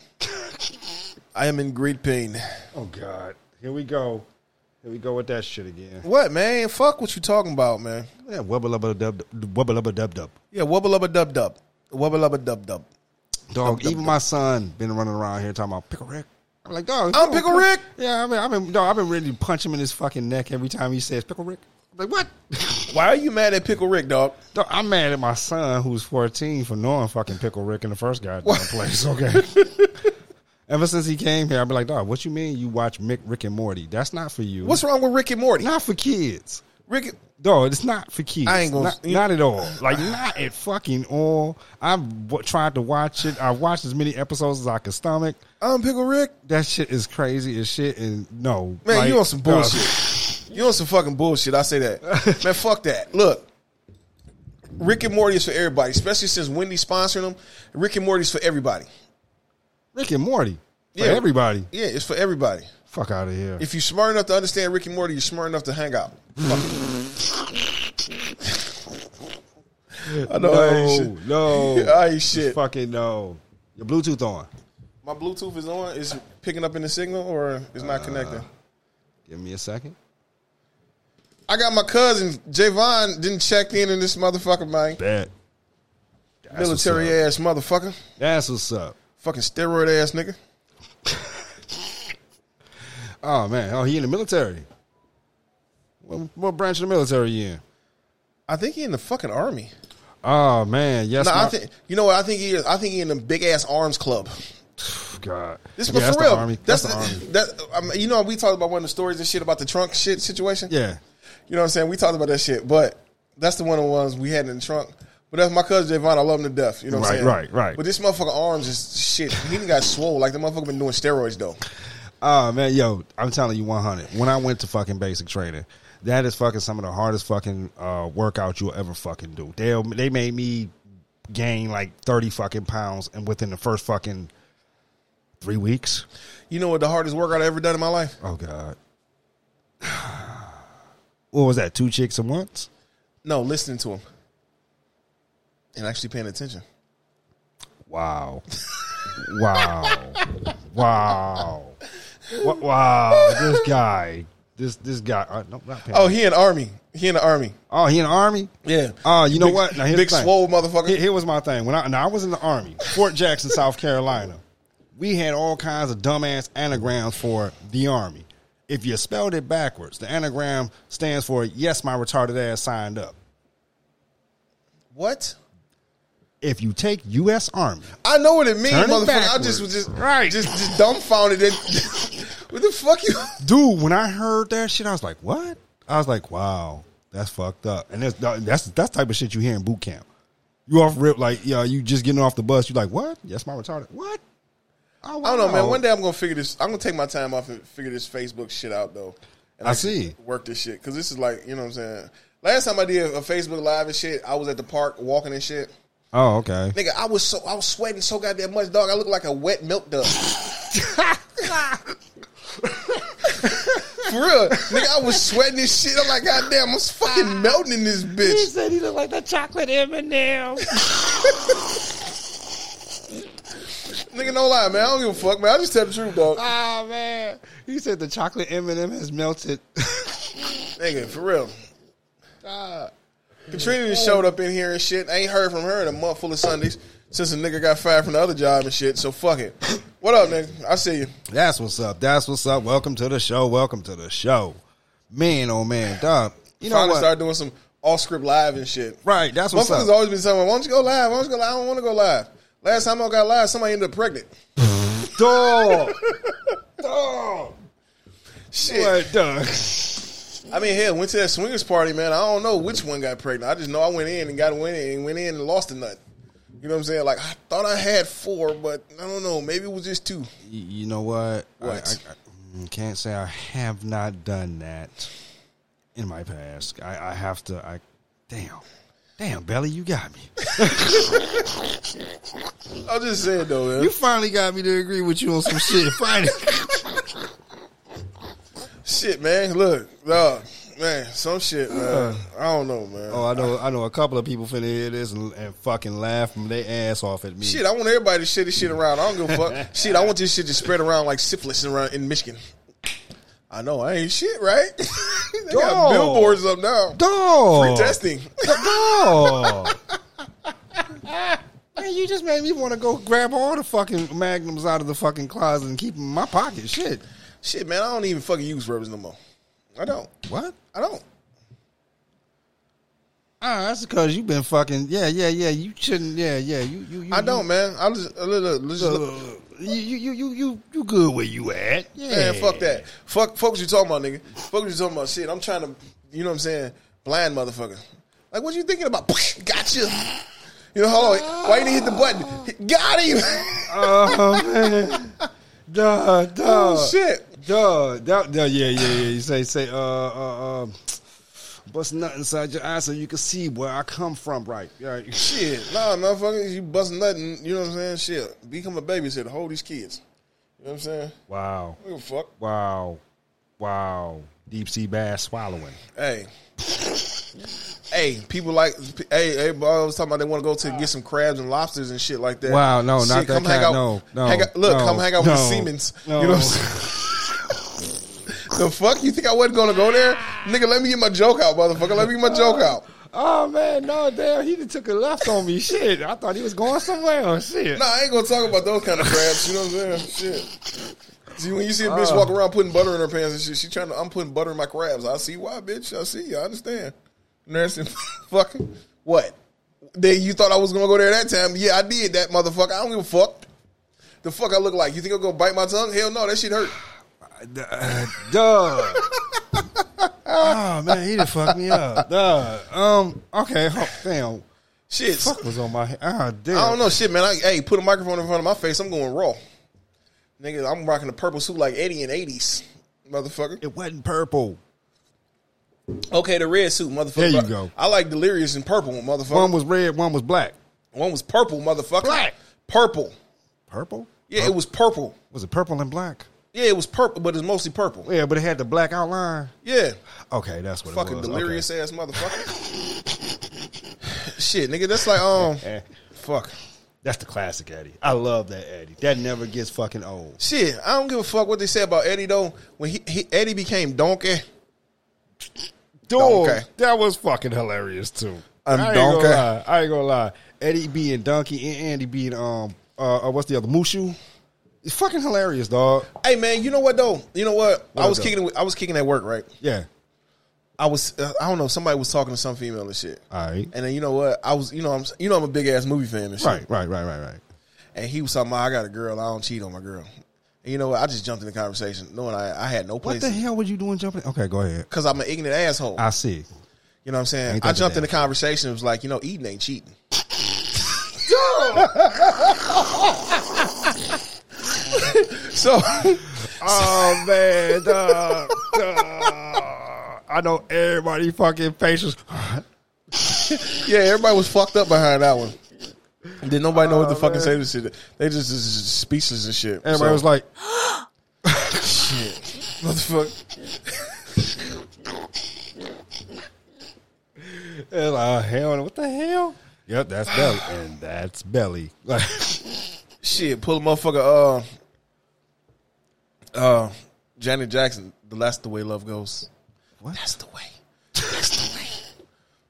I am in great pain.
Oh God, here we go. Here we go with that shit again.
What, man? Fuck what you talking about, man.
Yeah, wubba lubba dub wubba lubba dub dub.
Yeah, wubba lubba dub dub. Wubba lubba dub dub.
Dog, even my son been running around here talking about pickle Rick. I'm like, dog,
I'm Pickle Rick?
Yeah, I mean, I've been, dog, I've been ready to punch him in his fucking neck every time he says pickle Rick. I'm like, what?
Why are you mad at Pickle Rick, dog?
dog, I'm mad at my son who's 14 for knowing fucking pickle Rick in the first goddamn place. Okay. Ever since he came here, I've been like, dog, what you mean you watch Mick Rick and Morty? That's not for you.
What's wrong with Rick and Morty?
not for kids?
Rick,
Dog, it's not for kids.
I ain't gonna-
not, not at all. Like not at fucking all. I've w- tried to watch it. I watched as many episodes as I could stomach.
I'm um, Pickle Rick.
That shit is crazy as shit. And no,
Man,
like,
you on some
dog,
bullshit. you on some fucking bullshit. I say that. Man, fuck that. Look, Rick and Morty is for everybody, especially since Wendy's sponsoring them. Rick and Morty's for everybody.
Rick and Morty. For
Yeah.
everybody.
Yeah, it's for everybody.
Fuck out of here.
If you're smart enough to understand Rick and Morty, you're smart enough to hang out. Fuck it. I know I ain't
no,
shit.
no,
I ain't shit.
fucking no. Your Bluetooth on.
My Bluetooth is on. Is it picking up in the signal or it's not connecting?
Give me a second.
I got my cousin Javon didn't check in in this motherfucker, man.
Bet.
Military
what's
ass motherfucker.
That's what's up.
Fucking steroid ass nigga.
Oh man. Oh, he in the military. What, what branch of the military you in?
I think he in the fucking army.
Oh man. Yes.
No, I
my-
think you know what I think he is. I think he in the big ass arms club.
God.
This,
yeah,
but
that's
for real,
The army.
that's,
That's, the, army.
That, I mean, you know, we talked about one of the stories and shit about the trunk shit situation.
Yeah.
You know what I'm saying? We talked about that shit, but that's the one of the ones we had in the trunk. But that's my cousin Javon. I love him to death. You know what I'm
Right, right,
saying?
right.
But this motherfucker arms is shit. He done got swole. Like the motherfucker been doing steroids though.
Oh man, yo, I'm telling you, 100. When I went to fucking basic training, that is fucking some of the hardest fucking uh, workout you'll ever fucking do. They they made me gain like 30 fucking pounds, and within the first fucking three weeks.
You know what the hardest workout I ever done in my life?
Oh god. What was that? Two chicks at once?
No, listening to him and actually paying attention.
Wow. wow. Wow. Wa- Wow. This guy. This this guy. Uh, no, not Pam.
Oh, he in the army. He in the army.
Oh, he in the army?
Yeah.
Oh, you know
Big-
what? Now, here's
big
the thing.
swole motherfucker.
Here, here was my thing. When I now I was in the army, Fort Jackson, South Carolina. We had all kinds of dumbass anagrams for the army. If you spelled it backwards, the anagram stands for "Yes, my retarded ass signed up."
What?
If you take U.S. Army,
I know what it means,
Turn it
motherfucker. I
backwards.
just was just
Right.
just just dumbfounded. That what the fuck you?
dude, when I heard that shit, I was like, "What?" I was like, "Wow, that's fucked up." And that's that's that's the type of shit you hear in boot camp. You off rip like, yeah, you just getting off the bus. You like, "What?" Yes, my retarded. What? Oh,
I don't know, man.
wow.
One day I'm gonna figure this. I'm gonna take my time off and figure this Facebook shit out, though. And
I
can
see.
Work this shit because this is like you know what I'm saying. Last time I did a Facebook live and shit, I was at the park walking and shit.
Oh, okay.
Nigga, I was so I was sweating so goddamn much, dog. I look like a wet milk dud. For real, nigga, I was sweating this shit. I'm like, goddamn, I'm fucking melting in this bitch.
said he looked like the chocolate M&M.
Nigga, no lie, man. I don't give a fuck, man. I just tell the truth, dog.
Ah man, he said the chocolate M and m has melted.
Nigga, for real. Katrina just showed up in here and shit. I ain't heard from her in a month full of Sundays since a nigga got fired from the other job and shit. So fuck it. What up, nigga? I see you.
That's what's up. That's what's up. Welcome to the show. Welcome to the show. Man, oh man, dog. You know
Finally
what?
started doing some off script live and shit.
right. That's what's
Motherfuckers
up.
always been telling me, why don't you go live? Why don't you go live? I don't want to go live. Last time I got live, somebody ended up pregnant.
Dog. dog.
Shit.
What, dog?
I mean, hell, went to that swingers party, man. I don't know which one got pregnant. I just know I went in and got went in and went in and lost a nut. You know what I'm saying? Like I thought I had four, but I don't know. Maybe it was just two.
You, you know what? I-
What?
I, I- mm, can't say I have not done that in my past. I, I have to. I damn, damn, Belly, you got me.
I was just saying though, man.
You finally got me to agree with you on some shit. Finally.
Shit, man. Look, dog. man, some shit, man.
Uh.
I don't know, man.
Oh, I know, I know a couple of people finna hear this and, and fucking laugh their ass off at me.
Shit, I want everybody to share this shit around. I don't give a fuck. shit, I want this shit to spread around like syphilis around in Michigan. I know, I ain't shit, right? they got
Dog.
billboards up now.
Dog,
Testing.
dog. Man, you just made me want to go grab all the fucking magnums out of the fucking closet and keep them in my pocket. Shit,
shit, man, I don't even fucking use rubbers no more. I don't.
what?
I don't.
Ah, that's because you've been fucking. Yeah, yeah, yeah. You shouldn't. Yeah, yeah. You, you, you
I don't, man. I just uh, look, look, let's just look.
You, you, you, you, you, you good where you at? Yeah.
Man, fuck that. Fuck, fuck what you talking about, nigga. Fuck what you talking about. Shit, I'm trying to, you know what I'm saying? Blind motherfucker. Like, what you thinking about? gotcha. You know, hold on. Why you didn't hit the button? Got him.
Oh man. Duh, duh.
oh, shit.
Duh, duh, duh, yeah, yeah, yeah. You say, say, uh, uh, uh, bust nut inside your eye so you can see where I come from, right? Right.
Shit, nah, motherfucker, you bust nothing. You know what I'm saying? Shit, become a babysitter, hold these kids. You know what I'm saying?
Wow,
What the fuck?
wow, wow. Deep sea bass swallowing.
Hey, hey, people like, hey, hey, boy, I was talking about they want to go to get some crabs and lobsters and shit like that.
Wow, no, not that
come hang
kind.
out,
No, no,
hang out, look,
no,
come hang out with
no,
the Siemens.
no.
You know what I'm saying? The fuck you think I wasn't gonna go there, nigga? Let me get my joke out, motherfucker. Let me get my joke out.
Oh man, no, damn, he just took a left on me. Shit, I thought he was going somewhere. else. Shit.
Nah, I ain't gonna talk about those kind of crabs. You know what I'm saying? Shit. See, when you see a bitch walk around putting butter in her pants and shit, she trying to. I'm putting butter in my crabs. I see why, bitch. I see. I understand. Nursing, fucking what? Then you thought I was gonna go there that time? Yeah, I did that, motherfucker. I don't give a fuck. The fuck I look like? You think I'm gonna bite my tongue? Hell no, that shit hurt.
Duh. Duh. oh man, he done fucked me up. Duh. Um. Okay. ho- Damn.
Shit,
Fuck was on my. he- Ah, damn.
I don't know, shit, man. I, hey, put a microphone in front of my face. I'm going raw, nigga. I'm rocking a purple suit like Eddie in '80s, motherfucker.
It wasn't purple.
Okay, the red suit, motherfucker.
There you go.
I like delirious and purple, motherfucker.
One
One,
was red. One was black.
was purple, motherfucker.
Black.
Purple.
Purple.
Yeah, it was purple.
Was it purple and black?
Yeah, it was purple, but it's mostly purple.
Yeah, but it had the black outline.
Yeah.
Okay, that's what.
Fucking
it was.
delirious ass motherfucker. Shit, nigga, that's like um
Okay. Eh,
fuck.
That's the classic Eddie. I love that Eddie. That never gets fucking old.
Shit, I don't give a fuck what they say about Eddie though. When he, he Eddie became donkey.
Dude,
Donkey.
that was fucking hilarious too.
I'm
I ain't
donkey.
gonna lie. I ain't gonna lie. Eddie being donkey and Andy being um uh uh, what's the other Mushu? It's fucking hilarious, dog.
Hey man, you know what though? You know what? I
What
was
though?
kicking it with- I was kicking at work, right?
Yeah.
I was uh, I don't know, somebody was talking to some female and shit.
All right.
And then you know what? I was you know I'm you know I'm a big ass movie fan and shit.
Right. Right. Right. Right. Right.
and he was talking about I got a girl, I don't cheat on my girl. And you know what? I just jumped in the conversation knowing I, I had no
What
place
the hell were you doing jumping? Okay, go ahead.
because I'm an ignorant asshole.
I see.
you know what I'm saying?
Ain't that
I
the
jumped in the
damn
conversation. It was like, you know, eating ain't cheating. so
Oh man, dog, I know everybody fucking faces.
yeah, everybody was fucked up behind that one. Did nobody know what the fucking say to shit? They just, just speechless and shit.
Everybody was like,
"What the fuck?"
they're like, oh, hell, what the hell? Yep, that's belly, and that's belly. Like,
Shit, pull a motherfucker. Uh, uh, Janet Jackson. The that's the way love goes.
What?
That's the way. That's the way.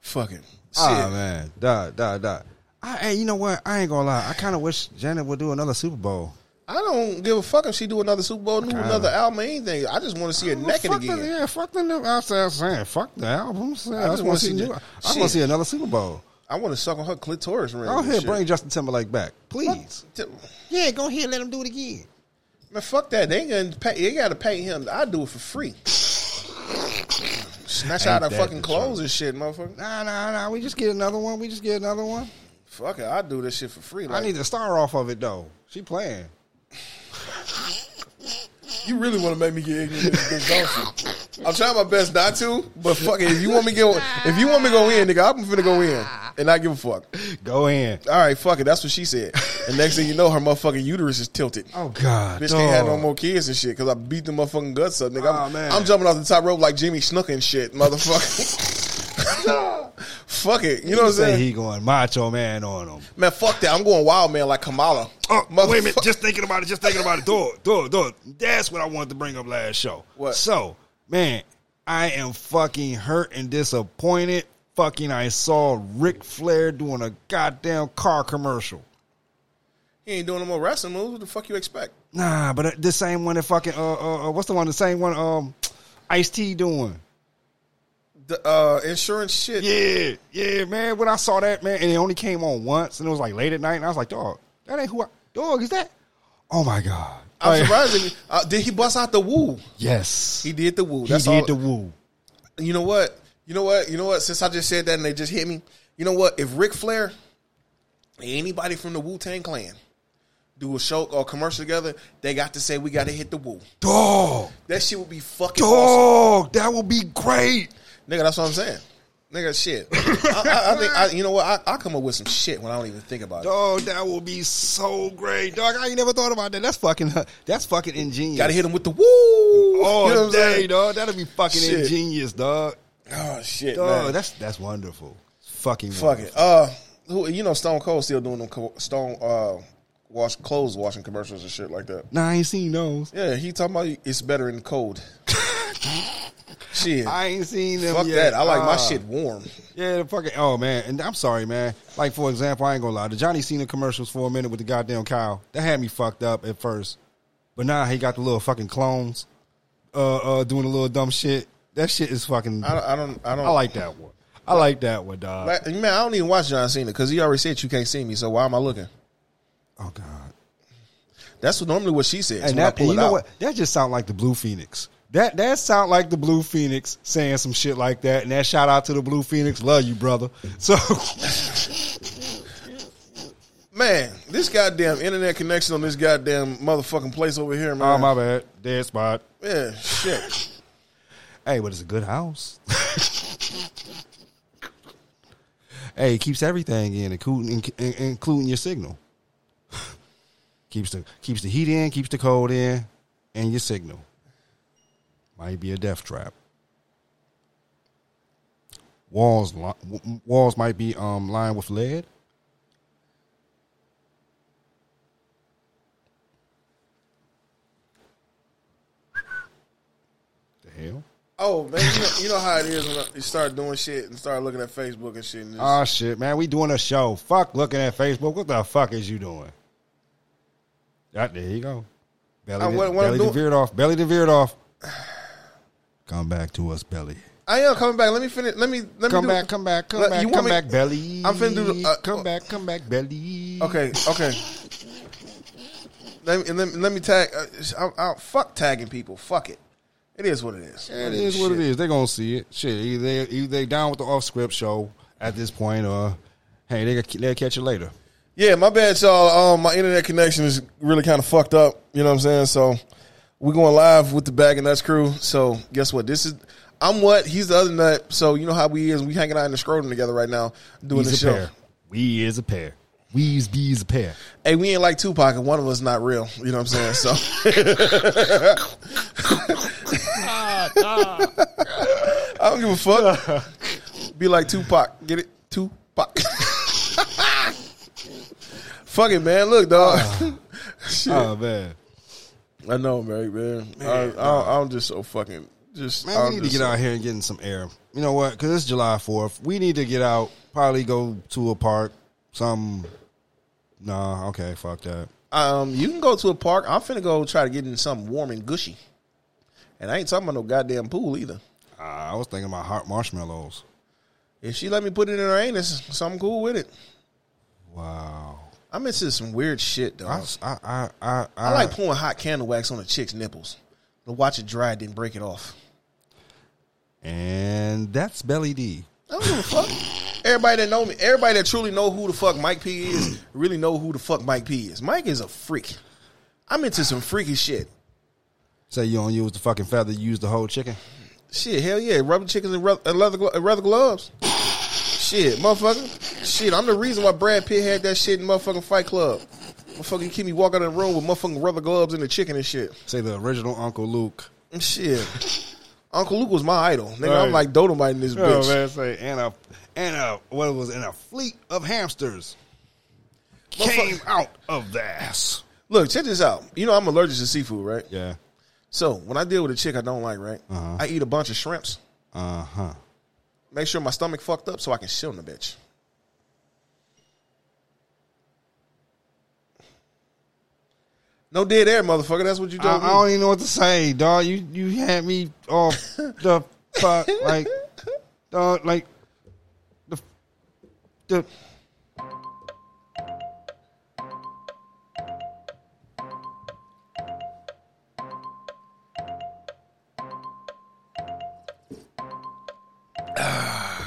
Fucking shit.
Ah man, da da da. I, hey, you know what? I ain't gonna lie. I kind of wish Janet would do another Super Bowl.
I don't give a fuck if she do another Super Bowl, do another album, or anything. I just want to see her naked
fuck The,
again.
yeah, fuck the new. I said, saying, fuck the albums. I, just
just wanna
want to see.
see
New,
Ja-
I just want
shit.
to see another Super Bowl.
I want to suck on her clitoris ring.
Go
and
ahead,
shit.
bring Justin Timberlake back, please.
T-
Yeah, go ahead, let him do it again.
Man, fuck that. They ain't gonna pay. They gotta pay him. I do it for free. Snatch out her
Ain't that
fucking
the
clothes and shit, motherfucker.
Nah, nah, nah. We just get another one. We just get another one.
Fuck it. I do this shit for free.
I
Like,
need the star off of it though. She playing.
you really want to make me get ignorant, don't you? I'm trying my best not to, but fuck it. If you want me to go, if you want me to go in, nigga, I'm finna go in and not give a fuck.
Go in.
All right, fuck it. That's what she said. And next thing you know, her motherfucking uterus is tilted.
Oh God,
Bitch can't have no
dog.
more kids and shit because I beat the motherfucking guts up, nigga.
Aw,
I'm,
man.
I'm jumping off the top rope like Jimmy Snook and shit, motherfucker. fuck it. You know what I'm
Say
saying?
he going macho man on him.
man, fuck that. I'm going wild, man, like Kamala.
Oh, wait a minute.
Motherfuck-
Just thinking about it. Just thinking about it. Do it. Do it. Do it. That's what I wanted to bring up last show.
What?
So, man, I am fucking hurt and disappointed. Fucking, I saw Ric Flair doing a goddamn car commercial.
He ain't doing no more wrestling moves. What the fuck you expect?
Nah, but uh, the same one that fucking uh, uh uh, what's the one? The same one um Ice T doing.
The uh, insurance shit.
Yeah, yeah, man. When I saw that, man, and it only came on once, and it was like late at night, and I was like, dog, that ain't who I. Dog, is that? Oh my god!
I'm
Like,
surprised. that he- uh, did he bust out the woo?
Yes,
He did the woo.
He
That's
did
all.
the woo.
you know what? You know what? You know what? Since I just said that and they just hit me, you know what? If Ric Flair and anybody from the Wu Tang Clan do a show or commercial together, they got to say we got to hit the Wu.
Dog,
That shit would be fucking awesome,
dog, that will be great.
nigga. That's what I'm saying, nigga. Shit, I, I, I think I, you know what? I, I come up with some shit when I don't even think about it.
Dog, Oh, that will be so great. Dog, I ain't never thought about that. That's fucking. That's fucking ingenious.
Got to hit them with the Woo. Oh,
all
you know what I'm
day,
saying?
dog. That'll be fucking
Shit.
ingenious, dog.
Oh shit,
Dog,
man.
that's that's wonderful. Fucking
Fuck it. Uh, who, you know Stone Cold still doing them co- Stone uh wash clothes washing commercials and shit like that.
Nah, I ain't seen those.
Yeah, he talking about it's better in cold. shit.
I ain't seen them.
Fuck
yet.
that. I like my
Ah.
shit warm.
Yeah, the fucking oh man, and I'm sorry, man. Like for example, I ain't gonna lie, the Johnny Cena commercials for a minute with the goddamn cow that had me fucked up at first, but now he got the little fucking clones, uh, uh, doing a little dumb shit. That shit is fucking.
I
I,
don't I don't I don't
like that one. I like that one, dog.
like, man, I don't even watch John Cena because he already said you can't see me, so why am I looking?
oh god,
That's what, normally what she says.
and
when I
that
pull
and you
it
know
out.
what? That just sound like the Blue Phoenix. That that sound like the Blue Phoenix saying some shit like that. And that shout out to the Blue Phoenix, love you, brother. So
Man, this goddamn internet connection on this goddamn motherfucking place over here, man.
oh my bad, dead spot.
yeah, shit.
Hey, but it's a good house. hey, it keeps everything in, including in- including your signal. keeps the keeps the heat in, keeps the cold in, and your signal. Might be a death trap. Walls li- w- walls might be um lined with lead. The hell.
Oh man, you know, you know how it is when I- you start doing shit and start looking at Facebook and shit. And just,
Oh shit, man, we doing a show. Fuck looking at Facebook. What the fuck is you doing? Ah, there you go. Belly,
Uh,
de-
what- what I'm
belly de
doing-
veered off. Belly de veered off. Come back to us, belly.
I am coming back. Let me finish. Let me let me
Come
do-
back, come back, come
Let-
back,
you
come
want me-
back, belly.
I'm finna do the- uh,
come
uh,
back, come back, belly.
Okay, okay. let, me, let me let me tag. Uh, I'm, I'm, fuck tagging people. Fuck it. It is what it is.
It is what it is. They're gonna see it. Shit, either they, either they down with the off script show at this point, or hey, they they'll catch you later.
Yeah, my bad, y'all. Um, my internet connection is really kind of fucked up. You know what I'm saying? So we're going live with the Bag and Nuts crew. So guess what? This is I'm what he's the other nut. So you know how we is. We hanging out in the scrotum together right now doing the
We's a
show.
pair. We is a pair. We's bees a pair.
Hey, we ain't like Tupac, and one of us not real. You know what I'm saying? So I don't give a fuck. Be like Tupac. Get it? Tupac. fuck it, man. Look, dog.
Ah.
Shit.
Oh man.
I know, man. man. I, I, I'm just so fucking just.
Man,
I'm
we need to
just
get
so-
out here and get in some air. You know what? Because it's July 4th. We need to get out, probably go to a park, some. Nah, okay, fuck that.
Um, you can go to a park. I'm finna go try to get in something warm and gushy. And I ain't talking about no goddamn pool either.
Uh, I was thinking about hot marshmallows.
If she let me put it in her anus, so I'm cool with it.
Wow.
I'm into some weird shit though.
I,
I,
s- I, I, I, I-
like pouring hot candle wax on a chick's nipples. But watch it dry, then break it off.
And that's Belly D.
I don't give a fuck. Everybody that know me, everybody that truly know who the fuck Mike P is, really know who the fuck Mike P is. Mike is a freak. I'm into some freaky shit.
Say you don't use the fucking feather, you use the whole chicken.
Shit, hell yeah, rubber chickens and, rub- and leather, glo- and leather gloves. shit, motherfucker. Shit, I'm the reason why Brad Pitt had that shit in motherfucking Fight Club. Motherfucking keep me walking out of the room with motherfucking rubber gloves and the chicken and shit.
Say the original Uncle Luke.
And Shit. Uncle Luke was my idol. Nigga, I'm
Right.
like Dolomite in this bitch.
Oh, say and a and a what was it, and a fleet of hamsters came out of the ass.
Look, check this out. You know I'm allergic to seafood, right?
Yeah.
So when I deal with a chick I don't like, right?
Uh-huh.
I eat a bunch of shrimps.
Uh huh.
Make sure my stomach fucked up so I can shit on the bitch. No dead air, motherfucker. That's what you
I,
told
I
me.
don't even know what to say, dog. You you had me off the fuck like, dog, like the the.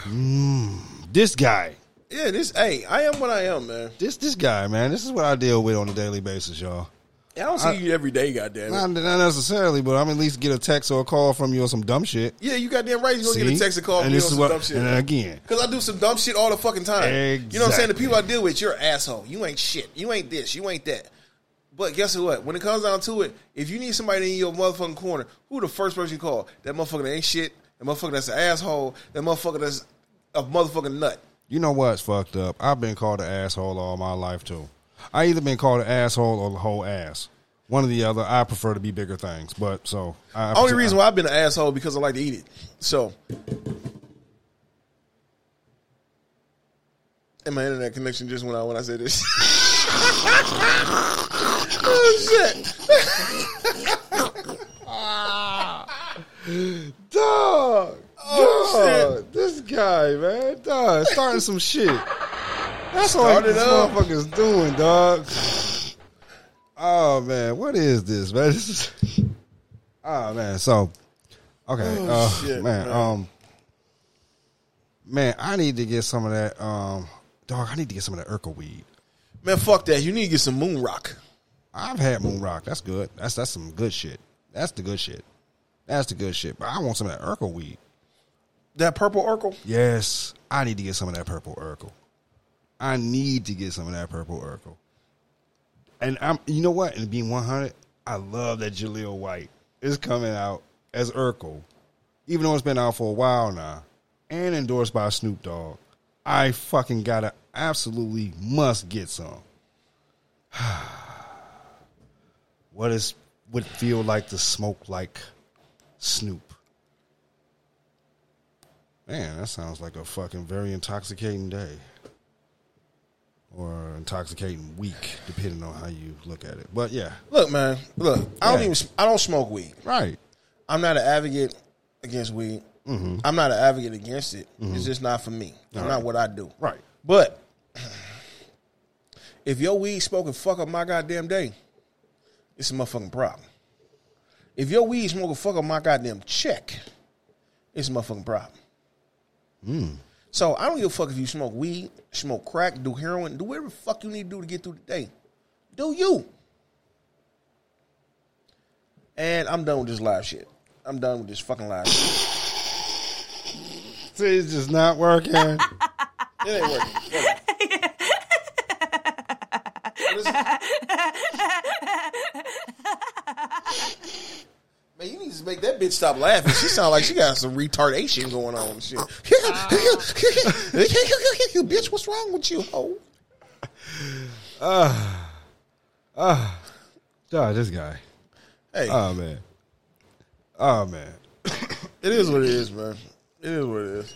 Mm, This guy,
Yeah, this. Hey, I am what I am, man.
this this guy, man, this is what I deal with on a daily basis, y'all.
I don't see you every day, goddamn. it.
Not, not necessarily, but I'm at least get a text or a call from you on some dumb shit.
Yeah, you goddamn right. You gonna get a
See?
text and call
And
me
this
on
is
some
what-
dumb shit.
and again.
because I do some dumb shit all the fucking time. You know what I'm saying? The
Exactly.
people I deal with, you're an asshole. You ain't shit. You ain't this. You ain't that. But guess what? When it comes down to it, if you need somebody in your motherfucking corner, who the first person you call? That motherfucker that ain't shit. That motherfucker that's an asshole. That motherfucker that's a motherfucking nut.
You know what's fucked up? I've been called an asshole all my life too. I either been called an asshole or the whole ass. One or the other. I prefer to be bigger things, but so I,
Only reason why I've been an asshole because I like to eat it. So, and my internet connection just went out when I said this. oh shit!
dog,
Oh,
dog, this guy man, dog, starting some shit. That's all
Start it
this
up.
motherfucker's doing, dog. Oh man, what is this, man? This is. Oh man, so okay, uh,
Oh, shit,
man,
man.
um, man, I need to get some of that, um, dog. I need to get some of that Urkel weed.
Man, fuck that. You need to get some moon rock.
I've had Moon Rock. That's good. That's that's some good shit. That's the good shit. That's the good shit. But I want some of that Urkel weed.
That purple Urkel.
Yes, I need to get some of that purple Urkel. I need to get some of that purple Urkel. And I'm, you know what? And being 100, I love that Jaleel White is coming out as Urkel, even though it's been out for a while now, and endorsed by Snoop Dogg. I fucking gotta absolutely must get some. what is would feel like to smoke like Snoop? Man, that sounds like a fucking very intoxicating day. Or intoxicating week, depending on how you look at it. But yeah.
Look, man. Look, I don't
Yeah.
even. I don't smoke weed.
Right.
I'm not an advocate against weed. I'm not an advocate against it. It's just not for me. It's not what I do.
Right.
But if your weed smoking fuck up my goddamn day, it's a motherfucking problem. If your weed smoking fuck up my goddamn check, it's a motherfucking problem. So I don't give a fuck if you smoke weed, smoke crack, do heroin, do whatever the fuck you need to do to get through the day. Do you? And I'm done with this live shit. I'm done with this fucking live shit.
See, it's just not working. I
It ain't working. What is it? Man, you need to make that bitch stop laughing. She sound like she got some retardation going on and shit. bitch, what's wrong with you, hoe?
oh, this guy.
Hey,
Oh man. Oh man.
it is what it is, man. It is what it is.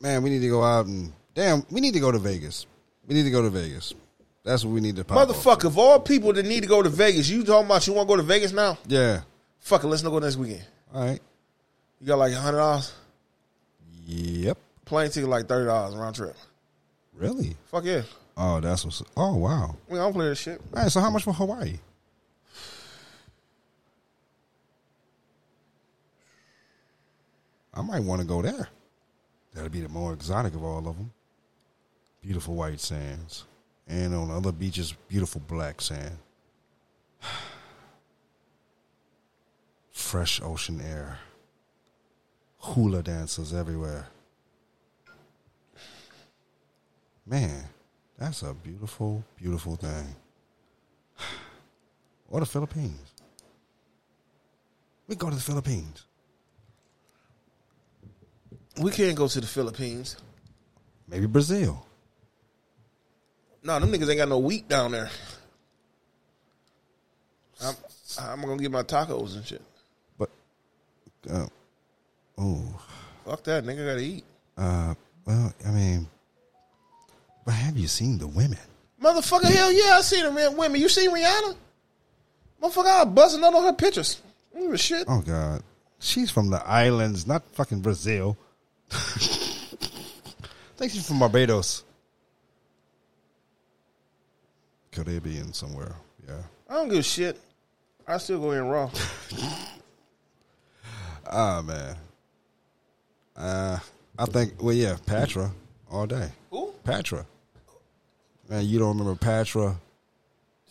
Man, we need to go out and damn, we need to go to Vegas. We need to go to Vegas. That's what we need to pop. off.
Motherfucker, of all people that need to go to Vegas, you talking about you want to go to Vegas now?
Yeah.
Fuck it, let's not go next weekend.
All right.
You got like $100?
Yep.
Plane ticket like $30 round trip.
Really?
Fuck yeah.
Oh, that's what's oh wow.
I mean, I don't play that shit.
All right, so how much for Hawaii? I might want to go there. That'd be the more exotic of all of them. Beautiful white sands, and on other beaches, beautiful black sand. Fresh ocean air. hula dancers everywhere. Man, that's a beautiful, beautiful thing. Or the Philippines. We go to the Philippines.
We can't go to the Philippines.
Maybe Brazil.
No, them niggas ain't got no wheat down there. I'm, I'm gonna get my tacos and shit.
But, uh, oh,
Fuck that, nigga gotta eat.
uh, well, I mean, but have you seen the women?
Motherfucker, hell yeah, I seen the red women. You seen Rihanna? Motherfucker, I bust another of her pictures. I don't give a shit.
Oh, God. She's from the islands, not fucking Brazil. I think she's from Barbados. Caribbean somewhere, yeah.
I don't give a shit. I still go in raw.
Ah, man. Uh, I think, well, yeah, Patra all day.
Who?
Patra. Man, you don't remember Patra?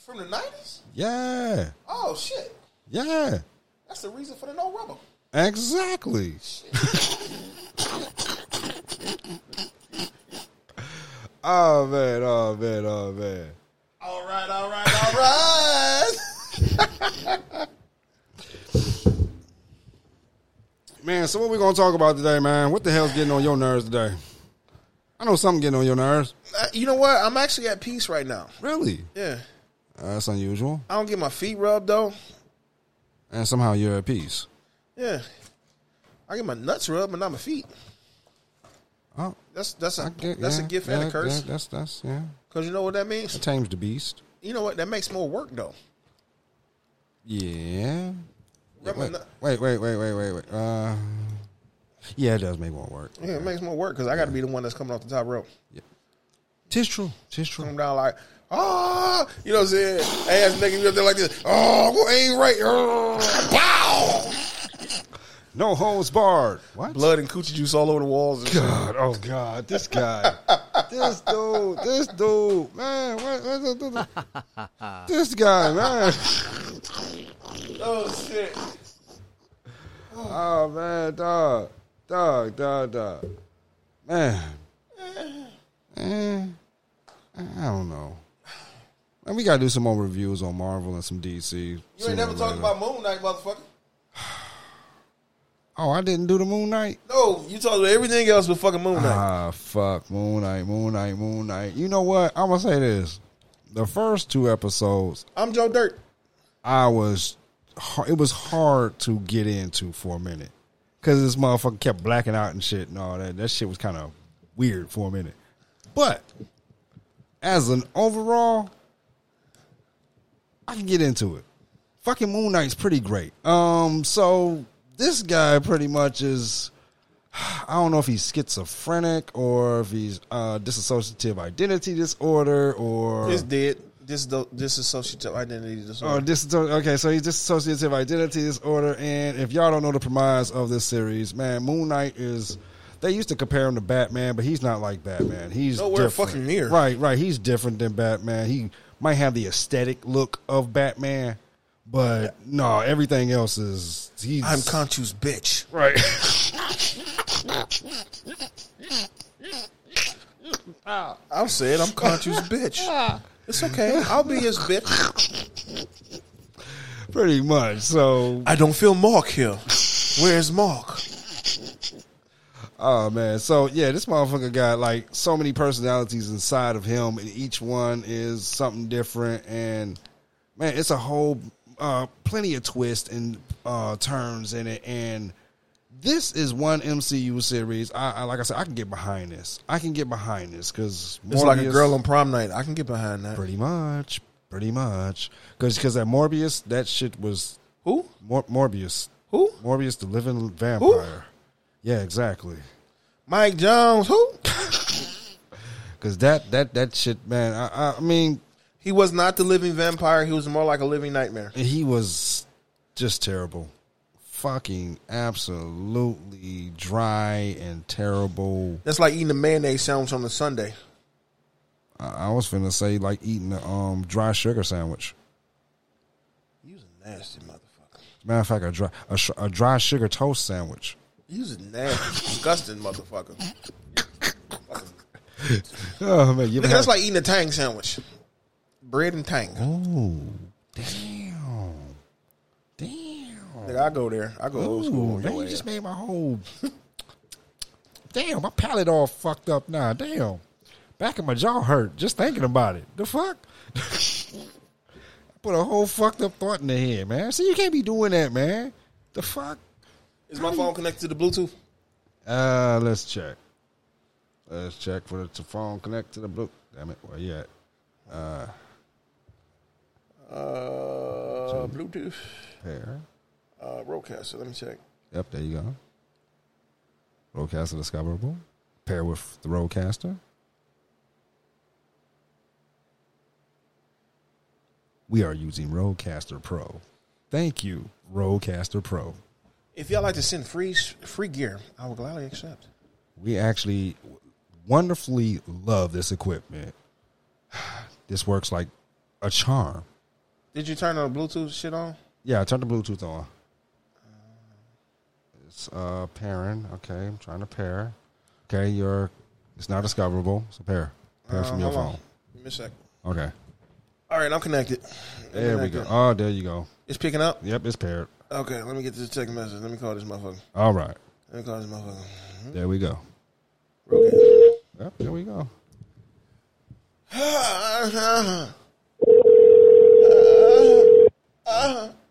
From the nineties?
Yeah,
Oh shit.
yeah,
That's the reason for the no rubber.
exactly. oh, man, oh, man, oh, man.
All right, all right, all right.
Man, so what we going to talk about today, man? What the hell's getting on your nerves today? I know something getting on your nerves.
Uh, you know what? I'm actually at peace right now.
Really?
Yeah.
Uh, that's unusual.
I don't get my feet rubbed though.
And somehow you're at peace.
Yeah. I get my nuts rubbed, but not my feet.
Oh,
That's that's
I
a
get,
that's
yeah,
a gift
yeah,
and a curse.
yeah, that's that's yeah.
Cause you know what that means.
That tames the beast.
You know what? That makes more work though.
Yeah.
Rub my
Wait,
nut-
wait, wait, wait, wait, wait, wait. Uh, yeah, it does make more work.
Yeah, it makes more work because I got to be the one that's coming off the top rope.
Tis true. Tis true.
Come down like, ah, you know what I'm saying? Ass nigga, you up there like this. Oh, go ain't right. Oh, pow!
No holds barred. What?
Blood and coochie juice all over the walls. And
God,
shit.
oh God, this guy, this dude, this dude, man, what, what, what, what- this guy, man.
Oh shit!
Oh man, dog, dog, dog, dog, man. Eh, I don't know. Man, we gotta do some more reviews on Marvel and some DC.
You ain't never talking about Moon Knight, motherfucker.
Oh, I didn't do the Moon Knight.
No, you talking about everything else but fucking Moon Knight.
Ah, fuck, Moon Knight, Moon Knight, Moon Knight. You know what? I'm gonna say this: the first two episodes,
I'm Joe Dirt.
I was, har- it was hard to get into for a minute because this motherfucker kept blacking out and shit and all that. That shit was kind of weird for a minute. But as an overall, I can get into it. Fucking Moon Knight's pretty great. Um, so this guy pretty much is. I don't know if he's schizophrenic or if he's uh, dissociative identity disorder or
This dead. This do- disassociative identity
or
disorder.
dis- okay, so he's dissociative identity disorder. And if y'all don't know the premise of this series, man, Moon Knight is. They used to compare him to Batman, but he's not like Batman. He's
Nowhere
different.
fucking near.
Right, right. He's different than Batman. He might have the aesthetic look of Batman, but no, everything else is he's
I'm Conchu's bitch.
right.
I'm saying I'm Conchu's bitch. It's okay. I'll be his bitch.
Pretty much. So,
I don't feel Mark here. Where's Mark?
oh man. So yeah, this motherfucker got like so many personalities inside of him, and each one is something different. And man, it's a whole uh, plenty of twists and uh, turns in it. And this is one MCU series. I, I like I said, I can get behind this. I can get behind this because
It's like a girl on prom night. I can get behind that.
Pretty much, pretty much. Because that Morbius, that shit was
Who?
Mor- Morbius.
Who?
Morbius, the living vampire. Yeah, exactly.
Mike Jones. Who?
Because that that that shit, man. I, I- I mean,
He was not the living vampire. He was more like a living nightmare.
he was just terrible, fucking absolutely dry and terrible.
That's like eating a mayonnaise sandwich on a Sunday.
I, I was finna say like eating a um dry sugar sandwich.
You was a nasty motherfucker.
Matter of fact, a dry a, sh- a dry sugar toast sandwich.
You's a nasty, disgusting motherfucker.
Oh man, you
Nigga,
ever
that's
had-
like eating a tang sandwich. Bread and tang.
damn, damn.
Nigga, I go there. I go old school.
Ooh,
on
man,
your
you
ass.
just made my whole. damn, my palate all fucked up now. Damn, back of my jaw hurt just thinking about it. The fuck. Put a whole fucked up thought in the head, man. See, you can't be doing that, man. The fuck?
Is my phone connected to the Bluetooth?
Uh, let's check. Let's check for the phone connect to the blue. Damn it, where you at?
Uh, Bluetooth.
There.
Uh, Rodecaster. Let me check.
Yep, there you go. Roadcaster discoverable. Pair with the Roadcaster. We are using Roadcaster Pro. Thank you, Roadcaster Pro.
If y'all like to send free free gear, I will gladly accept.
We actually wonderfully love this equipment. This works like a charm.
Did you turn the Bluetooth shit on?
Yeah, I turned the Bluetooth on. It's uh pairing. Okay, I'm trying to pair. Okay, you're it's not discoverable, so pair. Pair
Uh,
from your
hold on.
phone.
Give me a sec.
Okay.
All right, I'm connected. I'm
There we go.
connected.
Oh, there you go.
It's picking up.
Yep, it's paired.
Okay, let me get this text message. Let me call this motherfucker.
All right.
Let me call this motherfucker.
There we go.
Okay.
Yep, there we go.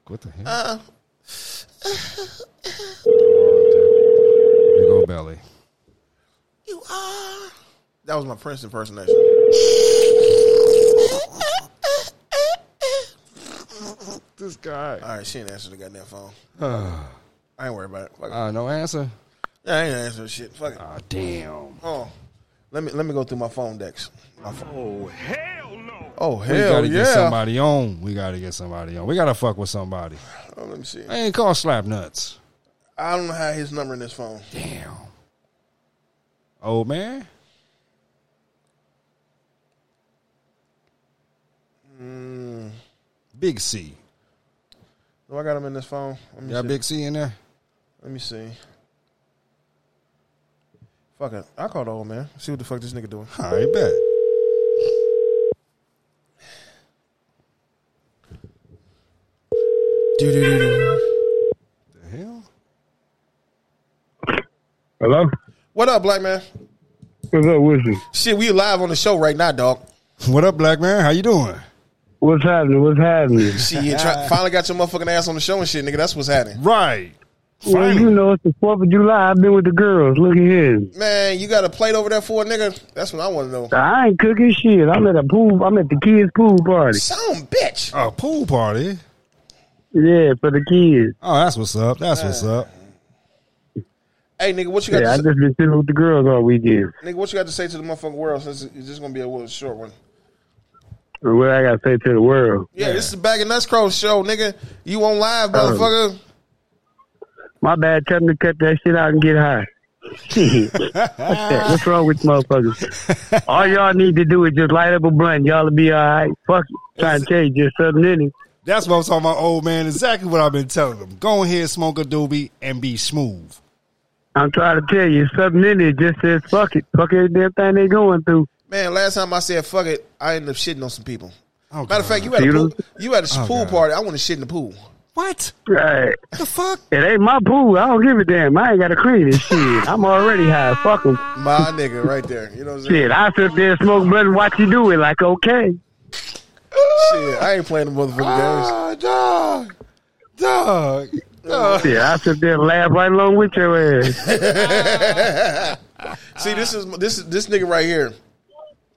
What the hell? Here go belly.
You are. That was my Prince impersonation.
This guy.
All right, she ain't answer the goddamn phone. I ain't worried about it. Fuck it.
Uh no answer.
Yeah, I ain't answering shit. Fuck it.
Ah damn.
Oh, let me let me go through my phone decks. My phone.
Oh, hell no.
Oh
We
hell
gotta
yeah!
get somebody on. We gotta get somebody on. We gotta fuck with somebody.
Oh, let me see.
I ain't call slap nuts.
I don't know how his number in this phone.
Damn. Old man?
Mm.
Big C.
Do I got him in this phone? Let me
Got
see.
Big C in there?
Let me see. Fuck it. I call the old man. See what the fuck this nigga doing.
All right, bet. The hell?
Hello?
What up, black man?
What's up with you?
Shit, we live on the show right now, dog.
What up, black man? How you doing?
What's happening? What's happening?
Shit, you try, finally got your motherfucking ass on the show and shit, nigga. That's what's happening.
Right.
Well, you know, it's the 4th of July. I've been with the girls. Look at here.
Man, you got a plate over there for a nigga? That's what I want to know.
I ain't cooking shit. I'm at a pool. I'm at the kids' pool party.
Some bitch.
A pool party.
Yeah, for the kids.
Oh, that's what's up. That's what's up.
Hey, nigga, what you got?
Yeah, I
to
just been sitting with the girls all weekend.
say, nigga, what you got to say to the motherfucking world? Since it's just gonna be a little short one.
Or what I got to say to the world.
Yeah, this is the Bag and Nuts Crow show, nigga. You on live, motherfucker.
My bad. Tell them to cut that shit out and get high. What's that? What's wrong with motherfuckers? All y'all need to do is just light up a blunt. Y'all will be all right. Fuck it. Trying to tell you just something in it.
That's what I'm talking about, old man. Exactly what I've been telling them. Go ahead, smoke a doobie, and be smooth.
I'm trying to tell you something in it. Just says fuck it. Fuck every damn thing they going through.
Man, last time I said fuck it, I ended up shitting on some people.
Oh,
Matter of fact, you had a
You
pool,
don't-
you had a pool
God.
party. I want to shit in the pool.
what
Right.
the fuck?
It ain't my pool. I don't give a damn. I ain't got to clean this shit. I'm already high. Fuck 'em.
My nigga, right there. You know what I'm saying?
Shit, I sit there, smoke blunt, and watch you do it. Like, okay.
Shit, I ain't playing the motherfucking games.
Ah, dog, dog, dog.
Shit, I sit there and laugh right along with your ass.
See, this is this is this nigga right here,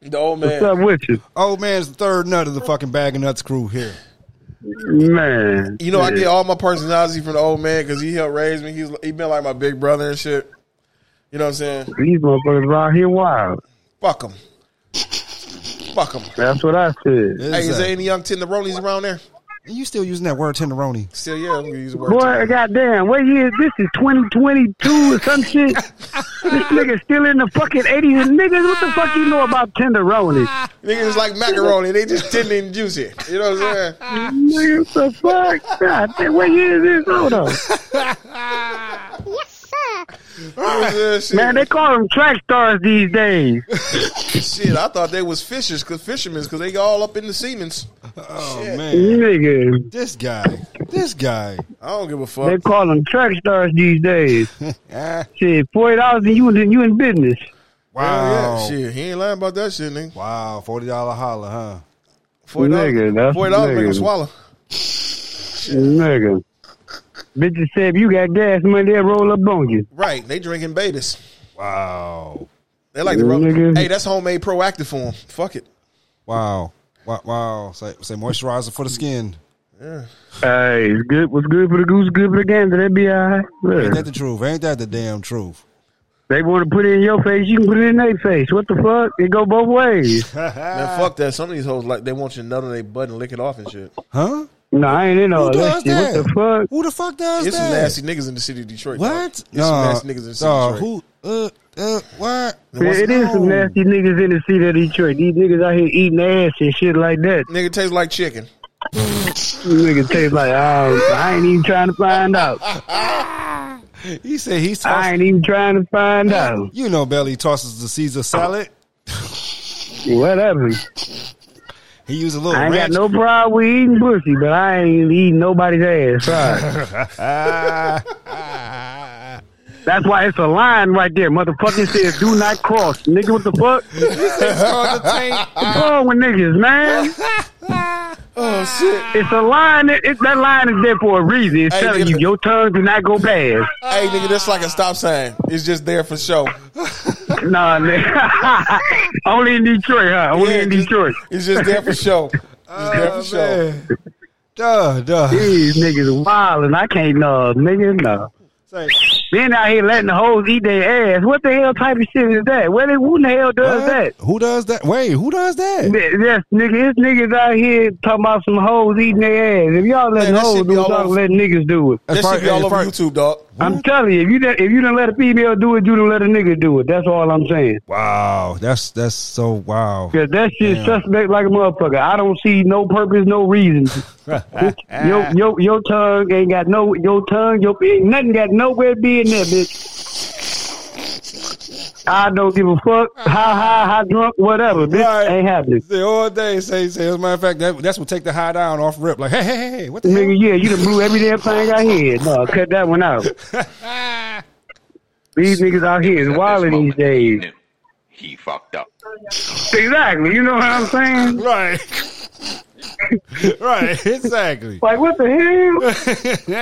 the old
What's
man.
up with you?
Old man's the third nut of the fucking bag of nuts crew here.
Man.
You know, I
shit.
get all my personality from the old man because he helped raise me. He's he been like my big brother and shit. You know what I'm saying?
These motherfuckers out here wild.
Fuck him. Fuck him.
That's what I said.
Hey, is there any young tenderonis around there?
you still using that word tenderoni?
Still, yeah, I'm gonna use the word.
Boy,
tenderoni.
goddamn, what year? This is 2022 or some shit. this nigga still in the fucking 80s. Niggas, what the fuck you know about tenderoni?
Niggas like macaroni. They just tender and juicy. You know what I'm saying?
Nigga, what the fuck? God, damn, what year is this? Hold on.
Yes, sir.
Yeah, uh, shit.
Man, they call them track stars these days.
Shit, I thought they was fishers, cause fishermen, cause they all up in the Siemens.
Oh
Shit.
man,
Nigga,
this guy, this guy.
I don't give a
they
fuck.
call them track stars these days.
Ah,
Shit, forty dollars and you in you in business.
Hell
wow,
Yeah, shit, he ain't lying about that shit, nigga.
wow, forty dollar holler, huh?
Forty
Nigga, that's-
dollars, forty dollars, make him
nigga.
swallow.
Nigga. Bitches said if you got gas money, they'll roll up on you.
Right, they drinking babies.
Wow,
They like the roll.
Nigga.
Hey, that's homemade proactive for them. Fuck it.
wow, wow, wow. Say, say moisturizer for the skin.
Hey, it's good. What's good for the goose, good for the gander. That be all right.
Ain't
Look,
that the truth? Ain't that the damn truth?
they want to put it in your face, you can put it in their face. What the fuck? It go both ways.
Man, fuck that. Some of these hoes like they want you to nut on their butt and lick it off and shit.
Huh?
No, I ain't in all
Who does
that shit. What
that?
the fuck?
Who the fuck does
It's some
that?
nasty niggas in the city of Detroit. dog.
What?
It's some nasty niggas in the city
nah,
of Detroit.
Who? Uh, uh, what?
It
It is some nasty niggas in the city of Detroit. These niggas out here eating ass and shit like that.
Nigga tastes like chicken.
Niggas taste like, oh, I ain't even trying to find out.
He said he's
I
tossing.
ain't even trying to find out.
You know, Belly tosses the Caesar salad.
Whatever.
He used a little
I ain't got
ranch.
no problem with eating pussy, but I ain't eating nobody's ass. Sorry. That's why it's a line right there. Motherfucker says, do not cross. Nigga, what the fuck? What's wrong with niggas, man?
Oh shit.
It's a line. That, it, that line is there for a reason. It's
Hey,
telling
nigga.
you, your tongue do not go past.
Hey nigga, that's like a stop sign. It's just there for show.
Nah, nigga. Only in Detroit, huh? Only
Yeah,
in
just-
Detroit.
It's just there for show. It's there for show.
Man. Duh, duh.
These niggas wild and I can't know, nigga, no.
Say,
Then out here letting the hoes eat their ass. What the hell type of shit is that? Where the, who the hell does
what?
that?
Who does that? Wait, who does that?
Th- Yes, nigga, it's niggas out here talking about some hoes eating their ass. If y'all let
Man, that
hoes
shit be
do it,
all
y'all
over-
let niggas do it.
That's
That
probably-
should be all
that's
over
probably-
YouTube, dog.
I'm telling you, if you done, if you done let a female do it, you done let a nigga do it. That's all I'm saying.
Wow, that's that's so wow.
Cause that shit
Damn.
suspect like a motherfucker. I don't see no purpose, no reason. your, your your tongue ain't got no your tongue, your ain't nothing got nowhere to be in there, bitch. I don't give a fuck how high, how drunk, whatever, bitch.
Right.
Ain't happening.
Say all day, say say. As a matter of fact, that, that's what take the high down off rip. Like, hey, hey, hey, hey, what the hell?
Nigga, yeah, you done blew every damn thing I had. No, cut that one out. These niggas out here is wild these days.
He fucked up.
Exactly. You know what I'm saying?
Right, right, exactly.
Like, what the hell?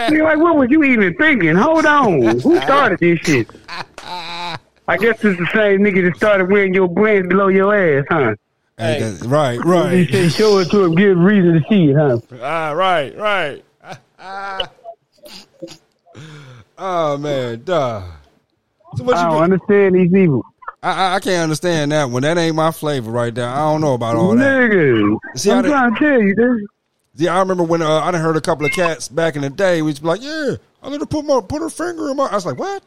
Nigga, like, what was you even thinking? Hold on. Who started this shit? I guess it's the same nigga that started wearing your brains below your ass, huh?
Ain't that- right,
He
right,
said, show it to him, give him reason to see it, huh?
ah, right, right. oh man, duh. So what
I
you
don't
been-
understand these people.
I, I I can't understand that one. That ain't my flavor right there. I don't know about all that.
Nigga.
See, I
I'm
done-
trying to tell you, this.
Yeah, I remember when uh, I done heard a couple of cats back in the day. We used to be like, "Yeah, I let her put my put her finger in my." I was like, "What?"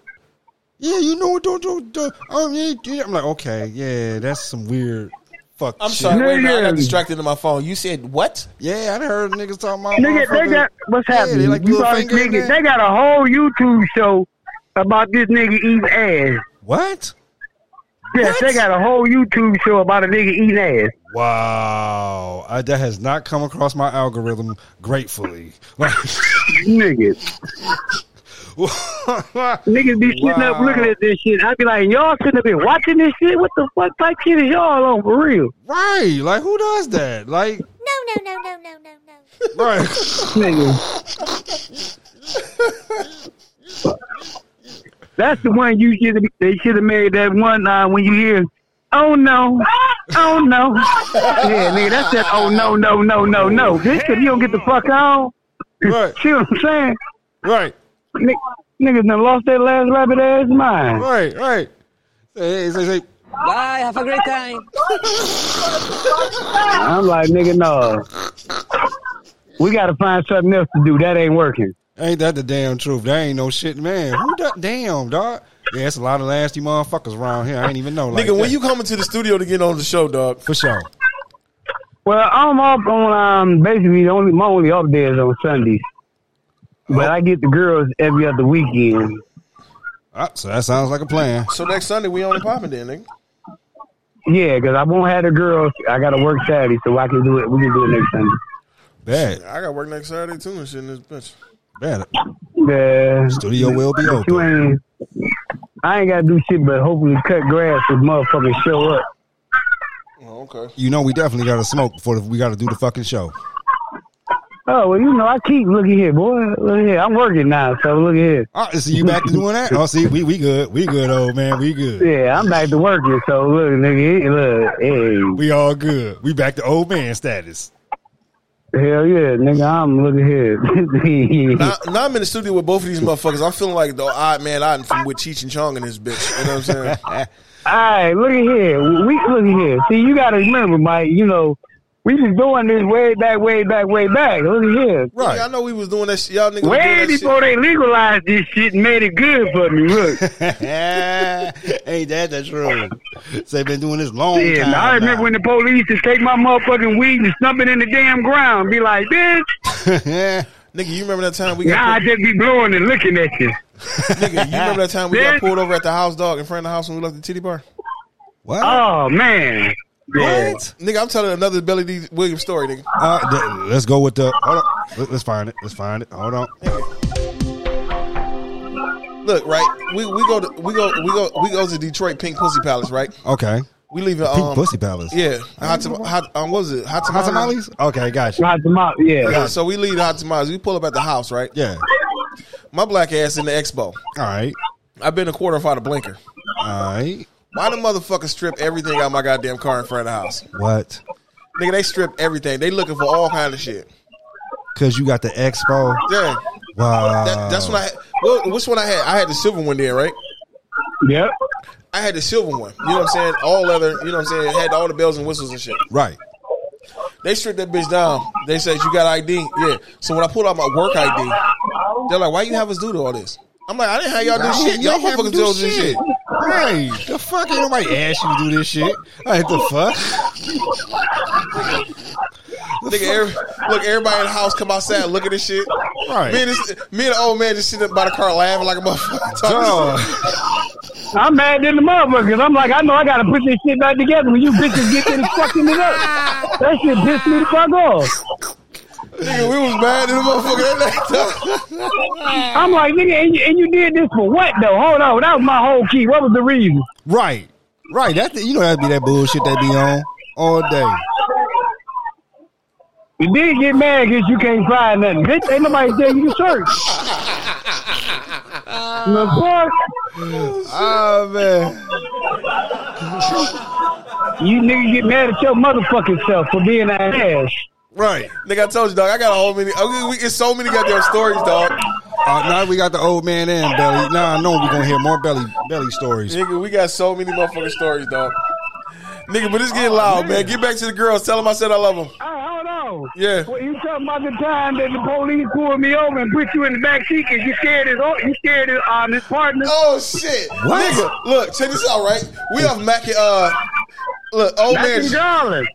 Yeah, you know what? Don't don't. don't oh, yeah, yeah. I'm like, okay, yeah, that's some weird fuck.
I'm
shit.
sorry, wait a minute, I got
Nigga.
distracted in my phone. You said what?
Yeah, I done heard niggas talking about.
Nigga, they got what's
Yeah, they
happening.
like
you
little
probably
finger in
nigga,
there.
they got a whole YouTube show about this nigga eating ass.
what?
Yes, they got a whole YouTube show about a nigga eating ass.
Wow, I, that has not come across my algorithm gratefully. Like,
Niggas, niggas be sitting up
Wow.
looking at this shit. I'd be like, y'all sitting up here watching this shit. What the fuck type shit is y'all on for real?
right? Like, who does that? Like,
No, no, no, no, no, no, no.
right?
Nigga. That's the one you should have. They should have made that one uh, when you hear. Oh no! Oh no! Yeah, nigga, that's that. Oh no! No! No! No! No! Bitch, if you don't get the fuck on,
Right.
see what I'm saying?
Right.
Nigg- Niggas done lost their last rabbit ass mind.
Right, right. Say, say, say,
Bye. Have a great time.
I'm like, nigga, no. We gotta find something else to do. That ain't working.
ain't that the damn truth? That ain't no shit, man. Who da- damn dog? Yeah, it's a lot of nasty motherfuckers around here. I ain't even know. Like
Nigga,
that.
when you coming to the studio to get on the show, dog?
for sure.
Well, I'm up on um, basically the only my only off day is on Sundays, but I get the girls every other weekend.
Ah, so that sounds like a plan.
So next Sunday we on and popping then, nigga.
Yeah, because I won't have the girls. I got to work Saturday, so I can do it. We can do it next Sunday.
Bad,
I got work next Saturday too and shit in this bitch.
bad.
Yeah.
Studio will be
But you
open.
ain't, I ain't got to do shit but hopefully cut grass if motherfuckers show up.
Oh, okay.
You know we definitely got to smoke before we got to do the fucking show.
Oh, well, you know, I keep looking here, boy. Look here. I'm working now, so look here.
All right, Uh, see you back to doing that. Oh, see, we we good, we good, old man, we good,
Yeah, I'm back to working, so look, nigga, it- look,
we all good. We back to old man status.
hey, hell yeah, nigga, I'm looking here.
Now, now I'm in the studio with both of these motherfuckers. I'm feeling like the odd man out from with Cheech and Chong in this bitch. You know what I'm saying?
All right, look at here. We look at here. See, you got to remember, Mike. You know, we was doing this way back, way back, way back. Look at here.
Nigga, I know we was doing that shit. Y'all niggas was doing
Way
that
before they legalized this shit and made it good for me. Look,
Ain't that the truth? So they been doing this long
yeah,
time.
and I remember
now.
when the police just take my motherfucking weed and stump it in the damn ground, and be like, bitch.
Shit. Nigga, you remember that time we
Now I
got
just be blowing and looking at you.
pulled, nigga, you remember that time we
Yeah.
got pulled over at the house dog in front of the house when we left the titty bar?
what?
Oh man. Yeah.
What?
Nigga, I'm telling another Billy D. Williams story, nigga.
Uh, th- let's go with the. Hold on. Let- Let's find it. Let's find it. Hold on.
Look, right? We we go to we go we go we go to Detroit Pink Pussy Palace, right?
Okay.
We leave it,
Pink
um,
Pussy Palace.
Yeah, hot, tam- hot um, what was it? Hot
Hot
tamales.
tamales? Okay, gotcha.
Lock them out. Yeah.
Yeah, so we leave the hot tamales. We pull up at the house, right?
Yeah.
My black ass in the expo.
All right.
I've been a quarter without a blinker.
All right.
Why the motherfuckers strip everything out my goddamn car in front of the house?
What?
Nigga, they stripped everything. They looking for all kind of shit.
Cause you got the expo.
Yeah,
Wow.
that, that's what I had. Well, which one I had? I had the silver one then, right?
Yep.
I had the silver one. You know what I'm saying? All leather. You know what I'm saying? Had all the bells and whistles and shit.
Right.
They stripped that bitch down. They said you got ID. Yeah. So when I pulled out my work ID, they're like, "Why you have us do all this?" I'm like, "I didn't have y'all do shit. Y'all
ain't have to
motherfuckers do this shit."
Right. The fuck ain't nobody asked you to do this shit. Like the fuck?
Nigga, every, look, everybody in the house come outside, look at this shit.
Right.
Me and, this, me and the old man just sitting by the car laughing like a motherfucker. Talking
Dog.
I'm mad than the motherfuckers. I'm like, I know I gotta put this shit back together when you bitches get finished fucking it up. That shit pissed me the fuck off.
shit. Nigga, we was mad at the motherfucker that night.
I'm like, nigga, and you, and you did this for what though? Hold on, that was my whole key. What was the reason?
Right. Right. That you know that'd be that bullshit they be on all day.
You did get mad because you can't find nothing. Bitch, ain't nobody tell you to search. The fuck?
Oh man.
You nigga get mad at your motherfucking self for being an ass.
Right.
Nigga, I told you, dog. I got a whole many. I mean, we, it's so many goddamn stories, dog.
Uh, now we got the old man and Belly. Now I know we're gonna hear more Belly Belly stories.
Nigga, we got so many motherfucking stories, dog. Nigga, but it's getting loud, man. Get back to the girls. Tell them I said I love them.
Hey, hold on.
Yeah.
Well, you talking about the time that the police pulled me over and put you in the back seat because you scared his you scared his um his partner.
Oh shit,
What?
nigga! Look, check this out, right? We have Mac and uh, look, old
That's
man.
Garland.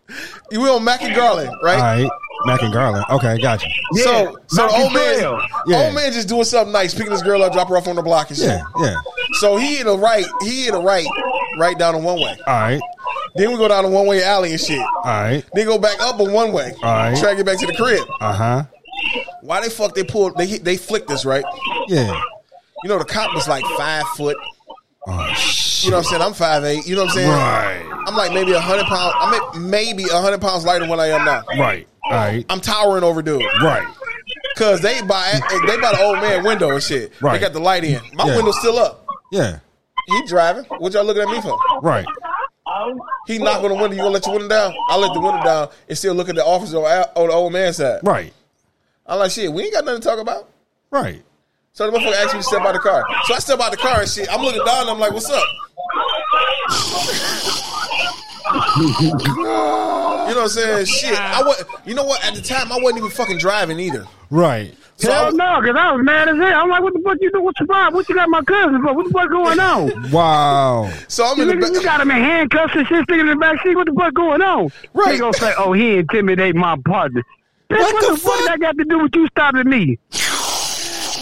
We on Mac and Garland, right?
All right. Mac and Garland. Okay, gotcha.
Yeah,
So, so
Mac
the
and
old man,
Trail.
Yeah.
old man just doing something nice, picking this girl up, drop her off on the block and shit.
Yeah, yeah.
So he in the right, he in the right, right down the one way.
All right.
Then we go down the one way alley and shit.
All right.
Then go back up a one way.
Alright.
Try to get back to the crib.
Uh huh.
Why they fuck? They pulled. They hit- they flicked us right.
Yeah.
You know the cop was like five foot.
Oh shit.
You know what I'm saying? I'm five eight. You know what I'm saying?
Right.
I'm like maybe a hundred pounds. I'm maybe a hundred pounds lighter than what I am now.
Right. All right.
I'm towering over dude.
Right.
Cause they by they by the old man window and shit.
Right.
They got the light in. My
Yeah.
window's still up.
Yeah.
He driving. What y'all looking at me for?
Right.
He knock on the window. You gonna let your window down? I let the window down and still look at the officer on, on the old man's side.
Right.
I'm like, shit, we ain't got nothing to talk about.
Right.
So the motherfucker asked me to step out the car. So I step out the car and shit. I'm looking down. And I'm like, what's up? you know what I'm saying? Shit. I was. You know what? At the time, I wasn't even fucking driving either.
Right.
So I
Hell
was-
no, because I was mad as hell. I'm like, what the fuck you do? What's your problem? What you got my cousin for? What the fuck going on?
Wow.
So I'm in the
Nigga, you
back.
got him in handcuffs and shit sticking in the back seat. What the fuck going on?
Right.
They gonna say, oh, he intimidate my partner. Bitch, what,
the
the, fuck
fuck?
that got to do with you stopping me?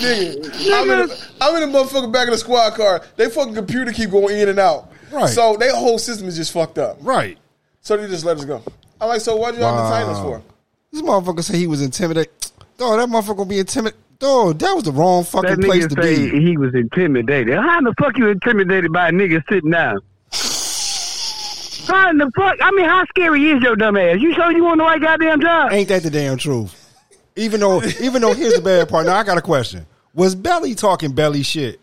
Nigga, I'm in, a, I'm in the motherfucking back of the squad car. They fucking computer keep going in and out.
Right.
So their whole system is just fucked up.
Right.
So they just let us go. I'm like, so why'd you have to tighten us
Wow.
for?
This motherfucker said he was intimidated. Dog, that motherfucker gonna be intimidated. Dog, that was the wrong fucking
That
place
nigga
to
say
be.
he was intimidated. How in the fuck you intimidated by a nigga sitting down? How in the fuck? I mean, how scary is your dumb ass? You sure you want the right goddamn job?
Ain't that the damn truth? Even though, even though, here's the bad part. Now I got a question: Was Belly talking Belly shit?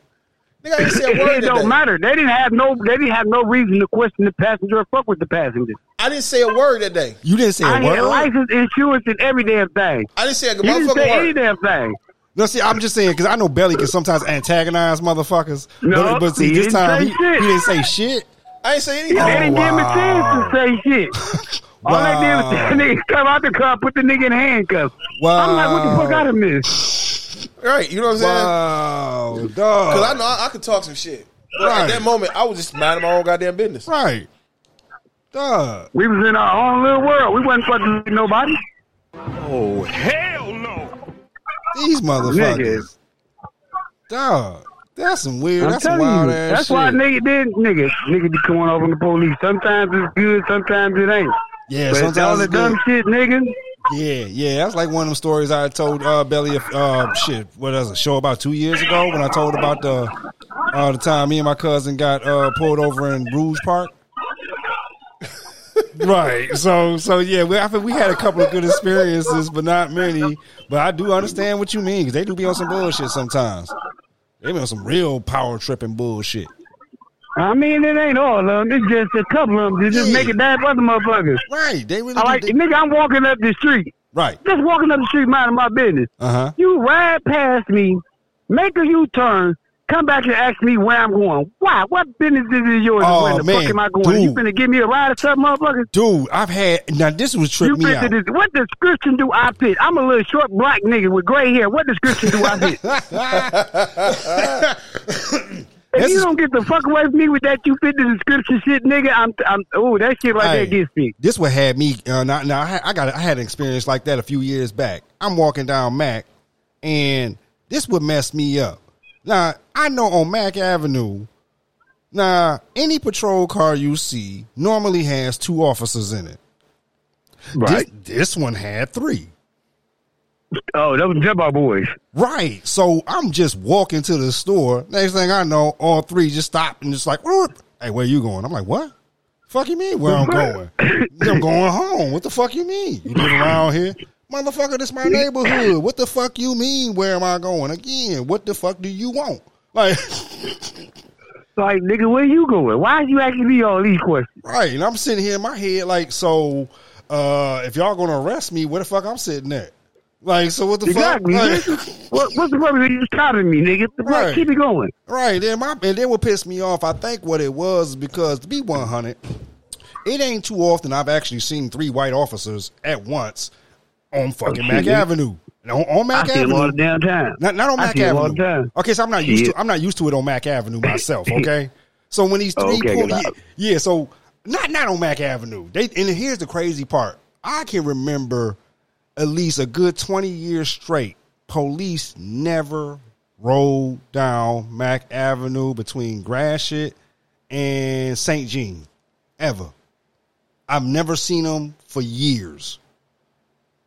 Nigga, I ain't say a word
It
that
don't
day.
matter. They didn't have no. They didn't have no reason to question the passenger or fuck with the passenger.
I didn't say a word that day.
You didn't say a
I had
word.
license, insurance, and every damn thing.
I didn't say a
You didn't say
motherfucking
any
word.
damn thing.
No, see, I'm just saying because I know Belly can sometimes antagonize motherfuckers.
No,
but, but see,
he
this
didn't
time
say
he,
shit.
he didn't say shit.
I ain't say
They
anything.
didn't
Oh, wow.
give him a chance to say shit. All they did was
Wow.
the nigga come out the car, put the nigga in handcuffs.
Wow.
I'm like, what the fuck I done missed?
Right. You know what I'm saying?
Wow,
Because I
dog.
know I, I could talk some shit. But
Right.
at that moment, I was just minding my own goddamn business.
right, dog.
We was in our own little world. We wasn't fucking with nobody.
Oh, hell no.
These motherfuckers, dog. That's some weird.
I'm
that's some
telling
wild
you.
ass.
That's
shit.
why nigga did nigga. Nigga be coming over on the police. Sometimes it's good, sometimes it ain't.
Yeah,
But
sometimes
all the
it's good.
dumb shit, nigga.
Yeah, yeah, that's like one of them stories I told uh, Belly. Uh, shit, what was a show about two years ago when I told about the uh, the time me and my cousin got uh, pulled over in Rouge Park. right. So, so yeah, we, I think we had a couple of good experiences, but not many. But I do understand what you mean because they do be on some bullshit sometimes. They be on some real power tripping bullshit.
I mean, it ain't all of them. It's just a couple of them. They just
Yeah.
make it bad for other motherfuckers.
Right. They really
I
do-
like,
they-
nigga, I'm walking up the street.
right.
Just walking up the street, minding my business.
Uh huh.
You ride past me, make a U turn, come back and ask me where I'm going. Why? What business is it yours?
Oh,
where the
man,
fuck am I going? You
dude.
finna give me a ride or something, motherfucker?
Dude, I've had now. This was
You
tripped me
fit
out.
to this. What description do I fit? I'm a little short black nigga with gray hair. What description do I fit? if
This
you
is-
don't get the fuck away from me with that, you fit the description shit, nigga. I'm, I'm. Oh, that shit right
Hey,
there gets me.
This what had me. Uh, now, now I, had- I got. I had an experience like that a few years back. I'm walking down Mac, and this would mess me up. Now I know on Mac Avenue. Now any patrol car you see normally has two officers in it. This, this one had three.
Oh, that was Jabba boys.
Right. So I'm just walking to the store. Next thing I know, all three just stop and just like, "Whoop." hey, where you going? I'm like, what? Fuck you mean where I'm going? I'm going home. What the fuck you mean? You live around here? Motherfucker, this my neighborhood. What the fuck you mean where am I going? Again, what the fuck do you want? Like,
Like, nigga, where you going? Why is you asking me all these questions?
right. And I'm sitting here in my head like, so uh, if y'all gonna arrest me, where the fuck I'm sitting at? Like, so what the
Exactly.
fuck? Like-
nigga. what, what's the purpose of you stopping me, nigga? The fuck,
Right.
Keep it going.
Right, then my and then what pissed me off, I think what it was because to be one hundred, it ain't too often I've actually seen three white officers at once on fucking
shit,
Mac
yeah.
Avenue. On, on
I
Mac
see him all the
Avenue.
damn time.
Not, not on
I
Mac
see him all the
Avenue.
time.
Okay, so I'm not used
Yeah.
to I'm not used to it on Mac Avenue myself, okay? so when these three
Okay,
pull,
got
yeah,
it.
yeah, so not not on Mac Avenue. They and here's the crazy part. I can remember at least a good 20 years straight, police never rolled down Mac Avenue between Gratiot and St. Jean ever. I've never seen them for years.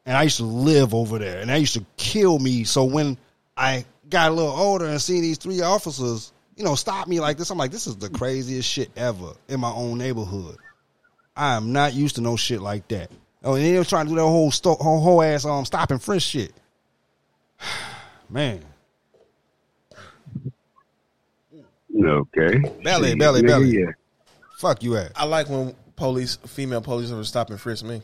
And I used to live over there, and that used to kill me. So when I got a little older and seen these three officers, you know, stop me like this, I'm like, this is the craziest shit ever in my own neighborhood. I am not used to no shit like that. Oh, and then they were trying to do that whole sto- whole, whole ass um stop and frisk shit. Man,
Okay.
Belly,
Shit,
belly,
nigga,
belly.
Yeah.
fuck you at.
I like when police, female police, ever stop and frisk me.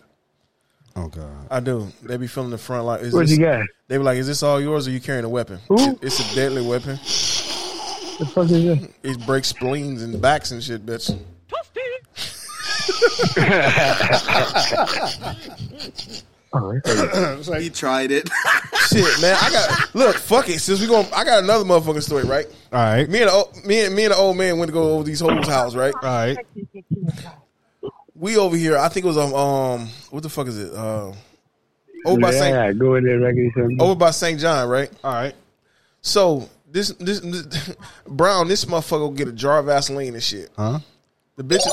Oh god.
I do. They be filming the front like, is
What
this,
you got?
They be like, is this all yours or you carrying a weapon?
Who?
It's a deadly weapon.
The fuck is that?
It breaks spleens and backs and shit, bitch.
Oh,
He tried it.
Shit, man. I got look. Fuck it. Since we going, I got another motherfucking story, right?
All right.
Me and the old, me and me and the old man went to go over these hoes' house, right?
All right.
We over here. I think it was um, um what the fuck is it? Uh, over by Saint
Oh.
yeah, go in there and record something.
over by Saint John, right? Uh,
All right.
So this, this this Brown, this motherfucker will get a jar of Vaseline and shit.
Huh?
The bitch,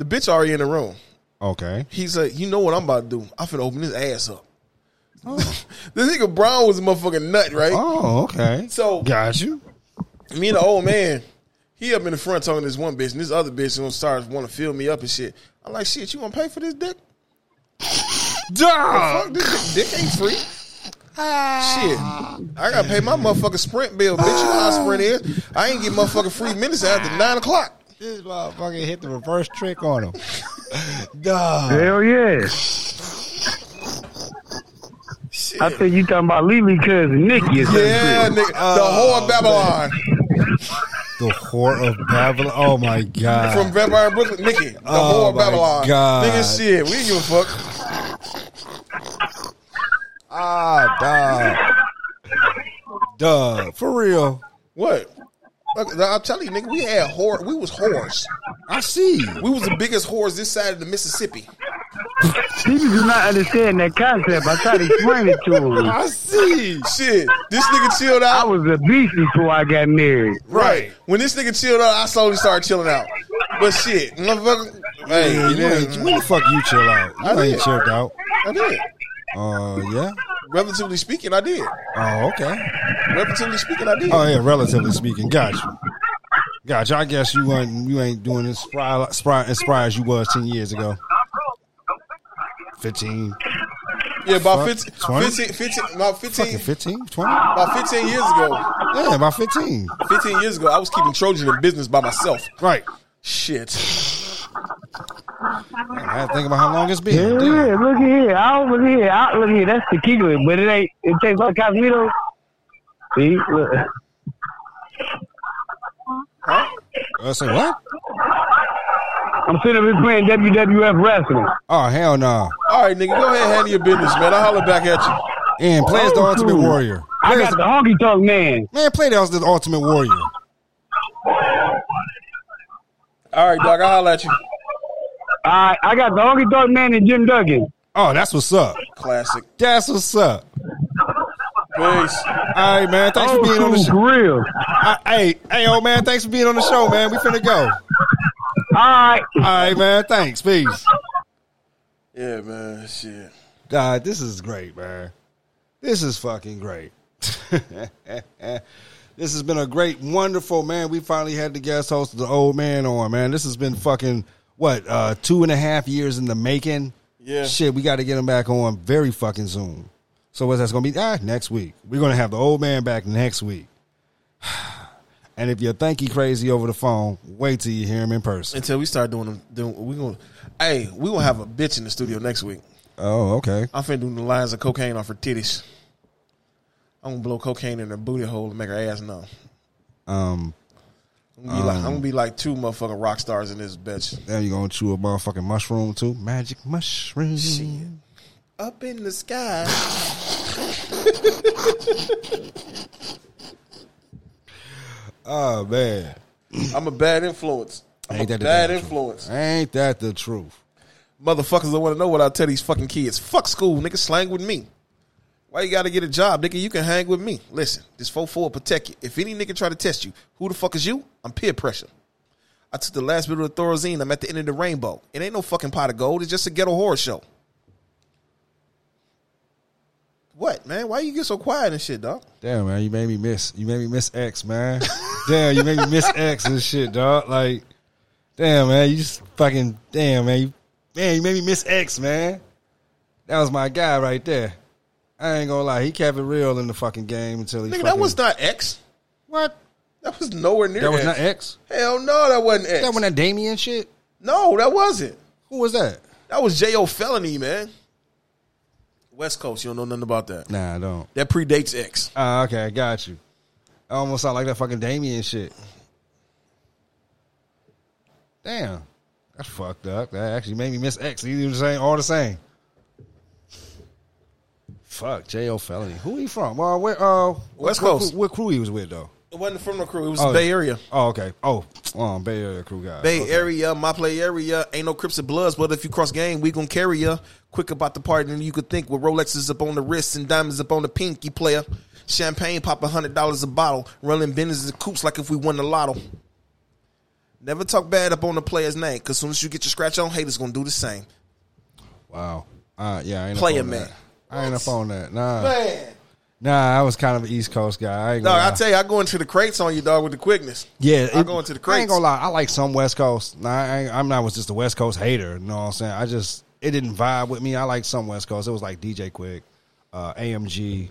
the bitch already in the room.
Okay.
He's like, you know what I'm about to do? I'm finna open his ass up. this nigga Brown was a motherfucking nut, right?
Oh, okay.
So-
got you.
me and the old man, he up in the front talking to this one bitch, and this other bitch gonna start want to fill me up and shit. I'm like, shit, you gonna pay for this dick? Fuck, this dick, dick ain't free. Shit, I gotta pay my motherfucking Sprint bill, bitch. You know how Sprint is? I ain't get motherfucking free minutes after nine o'clock.
This motherfucker hit the reverse trick on him. Duh.
Hell yeah. I think you talking about Lily cousin Nikki or something.
Yeah, nigga, the whore
oh,
of Babylon
The whore of Babylon. Oh my god.
from Vampire in Brooklyn, Nikki, the
Oh
whore of
my
Babylon,
God.
nigga, shit, we didn't give a fuck.
ah, duh. Duh. For real.
What? Look, I'm telling you, nigga, we had whore, we was whores.
I see.
We was the biggest whores this side of the Mississippi.
People do not understand that concept. I tried to explain it to them.
I see.
Shit, this nigga chilled
I
out.
was a beast before I got married.
Right. When this nigga chilled out, I slowly started chilling out. But shit, motherfucker. Hey,
Hey,
you
you ain't,
know,
when the fuck you chill out? You
I
ain't
did.
chilled out.
I did.
Uh, yeah.
Relatively speaking, I did.
Oh, okay.
Relatively speaking, I did.
Oh yeah, relatively speaking. Got you. Got you. I guess you ain't you ain't doing as spry, spry, as spry as you was ten years ago. Fifteen.
yeah,
fuck,
about 15,
20?
15, 15, about 15,
Fucking 15, 20?
about 15 years ago.
Yeah, about fifteen.
15 years ago, I was keeping Trojan in business by myself.
Right.
Shit.
I had to think about how long it's
Yeah,
been.
yeah,
Damn.
look at here. I don't look at here. I look at here. That's tequila, but it ain't. It tastes like Cosmito. See, look.
I say what?
I'm sitting up here playing WWF wrestling.
Oh hell no!
All right, nigga, go ahead and handle your business, man. I'll holler back at you.
And plays the
Oh,
Ultimate
cool.
Warrior.
I
Plays,
got the honky tonk man.
man, play the, the Ultimate Warrior.
All right, dog, I'll holler at you.
I I got the honky tonk man and Jim Duggan.
Oh, that's what's up.
Classic.
That's what's up.
Peace.
All right, man. Thanks for
Old
being on the
school
show.
grill.
I- Hey, hey, old man. Thanks for being on the show, man. We finna go.
All right.
All right, man. Thanks. Peace.
Yeah, man. Shit.
God, this is great, man. This is fucking great. this has been a great, wonderful man. We finally had the guest host, the old man, on, man. This has been fucking what, uh, two and a half years in the making.
Yeah.
Shit, we gotta get him back on very fucking soon. So what's that's gonna be? Ah, next week. We're gonna have the old man back next week. And if you think he crazy over the phone, wait till you hear him in person.
Until we start doing them, doing, we gonna, hey, we gonna have a bitch in the studio next week.
Oh, okay.
I'm finna do the lines of cocaine off her titties. I'm gonna blow cocaine in her booty hole and make her ass numb.
Um,
I'm gonna be like, I'm gonna be like two motherfucking rock stars in this bitch.
now you gonna chew a motherfucking mushroom too? Magic mushroom.
Up in the sky.
Oh man,
I'm a bad influence. I'm a
ain't that the
bad
damn
influence.
Truth. Ain't that the truth?
Motherfuckers don't wanna know what I tell these fucking kids. Fuck school, nigga. Slang with me. Why you gotta get a job, nigga? You can hang with me. Listen, this 4-4 will protect you. If any nigga try to test you, who the fuck is you? I'm peer pressure. I took the last bit of the Thorazine. I'm at the end of the rainbow. It ain't no fucking pot of gold. It's just a ghetto horror show. What, man? Why you get so quiet and shit, dog?
Damn man, you made me miss. You made me miss X, man. damn, you made me miss X and shit, dog. Like, damn man, you just fucking damn man, you, man, you made me miss X, man. That was my guy right there. I ain't gonna lie, he kept it real in the fucking game until he.
Nigga,
fucking,
that was not X.
what?
That was nowhere near
That was
X.
not X.
Hell no, that wasn't X.
That one that Damien shit.
no, that wasn't.
Who was that?
That was J.O. Felony, man. West Coast, you don't know nothing about that.
Nah, I don't.
That predates X.
Ah, okay, got you. I almost sound like that fucking Damien shit. Damn. That's fucked up. That actually made me miss X. You know what I'm saying? All the same. Fuck, J.O. Felony. Who he from? Uh, where, uh, what
West
crew-
Coast.
What crew he was with, though?
It wasn't from the crew. It was
Oh.
Bay Area.
Oh, okay. Oh, um, Bay Area crew guys.
Bay
Okay.
Area, my play area. Ain't no Crips and Bloods, but if you cross game, we gon' carry ya. Quick about the party than you could think. With Rolexes up on the wrists and diamonds up on the pinky player. Champagne pop a hundred dollars a bottle. Running business and coops like if we won the lotto. Never talk bad up on the player's name, cause soon as you get your scratch on, haters gonna do the same.
Wow. Uh, yeah, I ain't
Player
up on
man.
That. I ain't up on that. Nah,
Man.
nah. I was kind of an East Coast guy. I ain't
Dog,
gonna
I
lie.
tell you, I go into the crates on you, dog, with the quickness.
Yeah,
I go into the
I
crates.
ain't gonna lie. I like some West Coast. Nah, I ain't, I'm not was just a West Coast hater. You know what I'm saying? I just it didn't vibe with me. I like some West Coast. It was like DJ Quick, uh, AMG,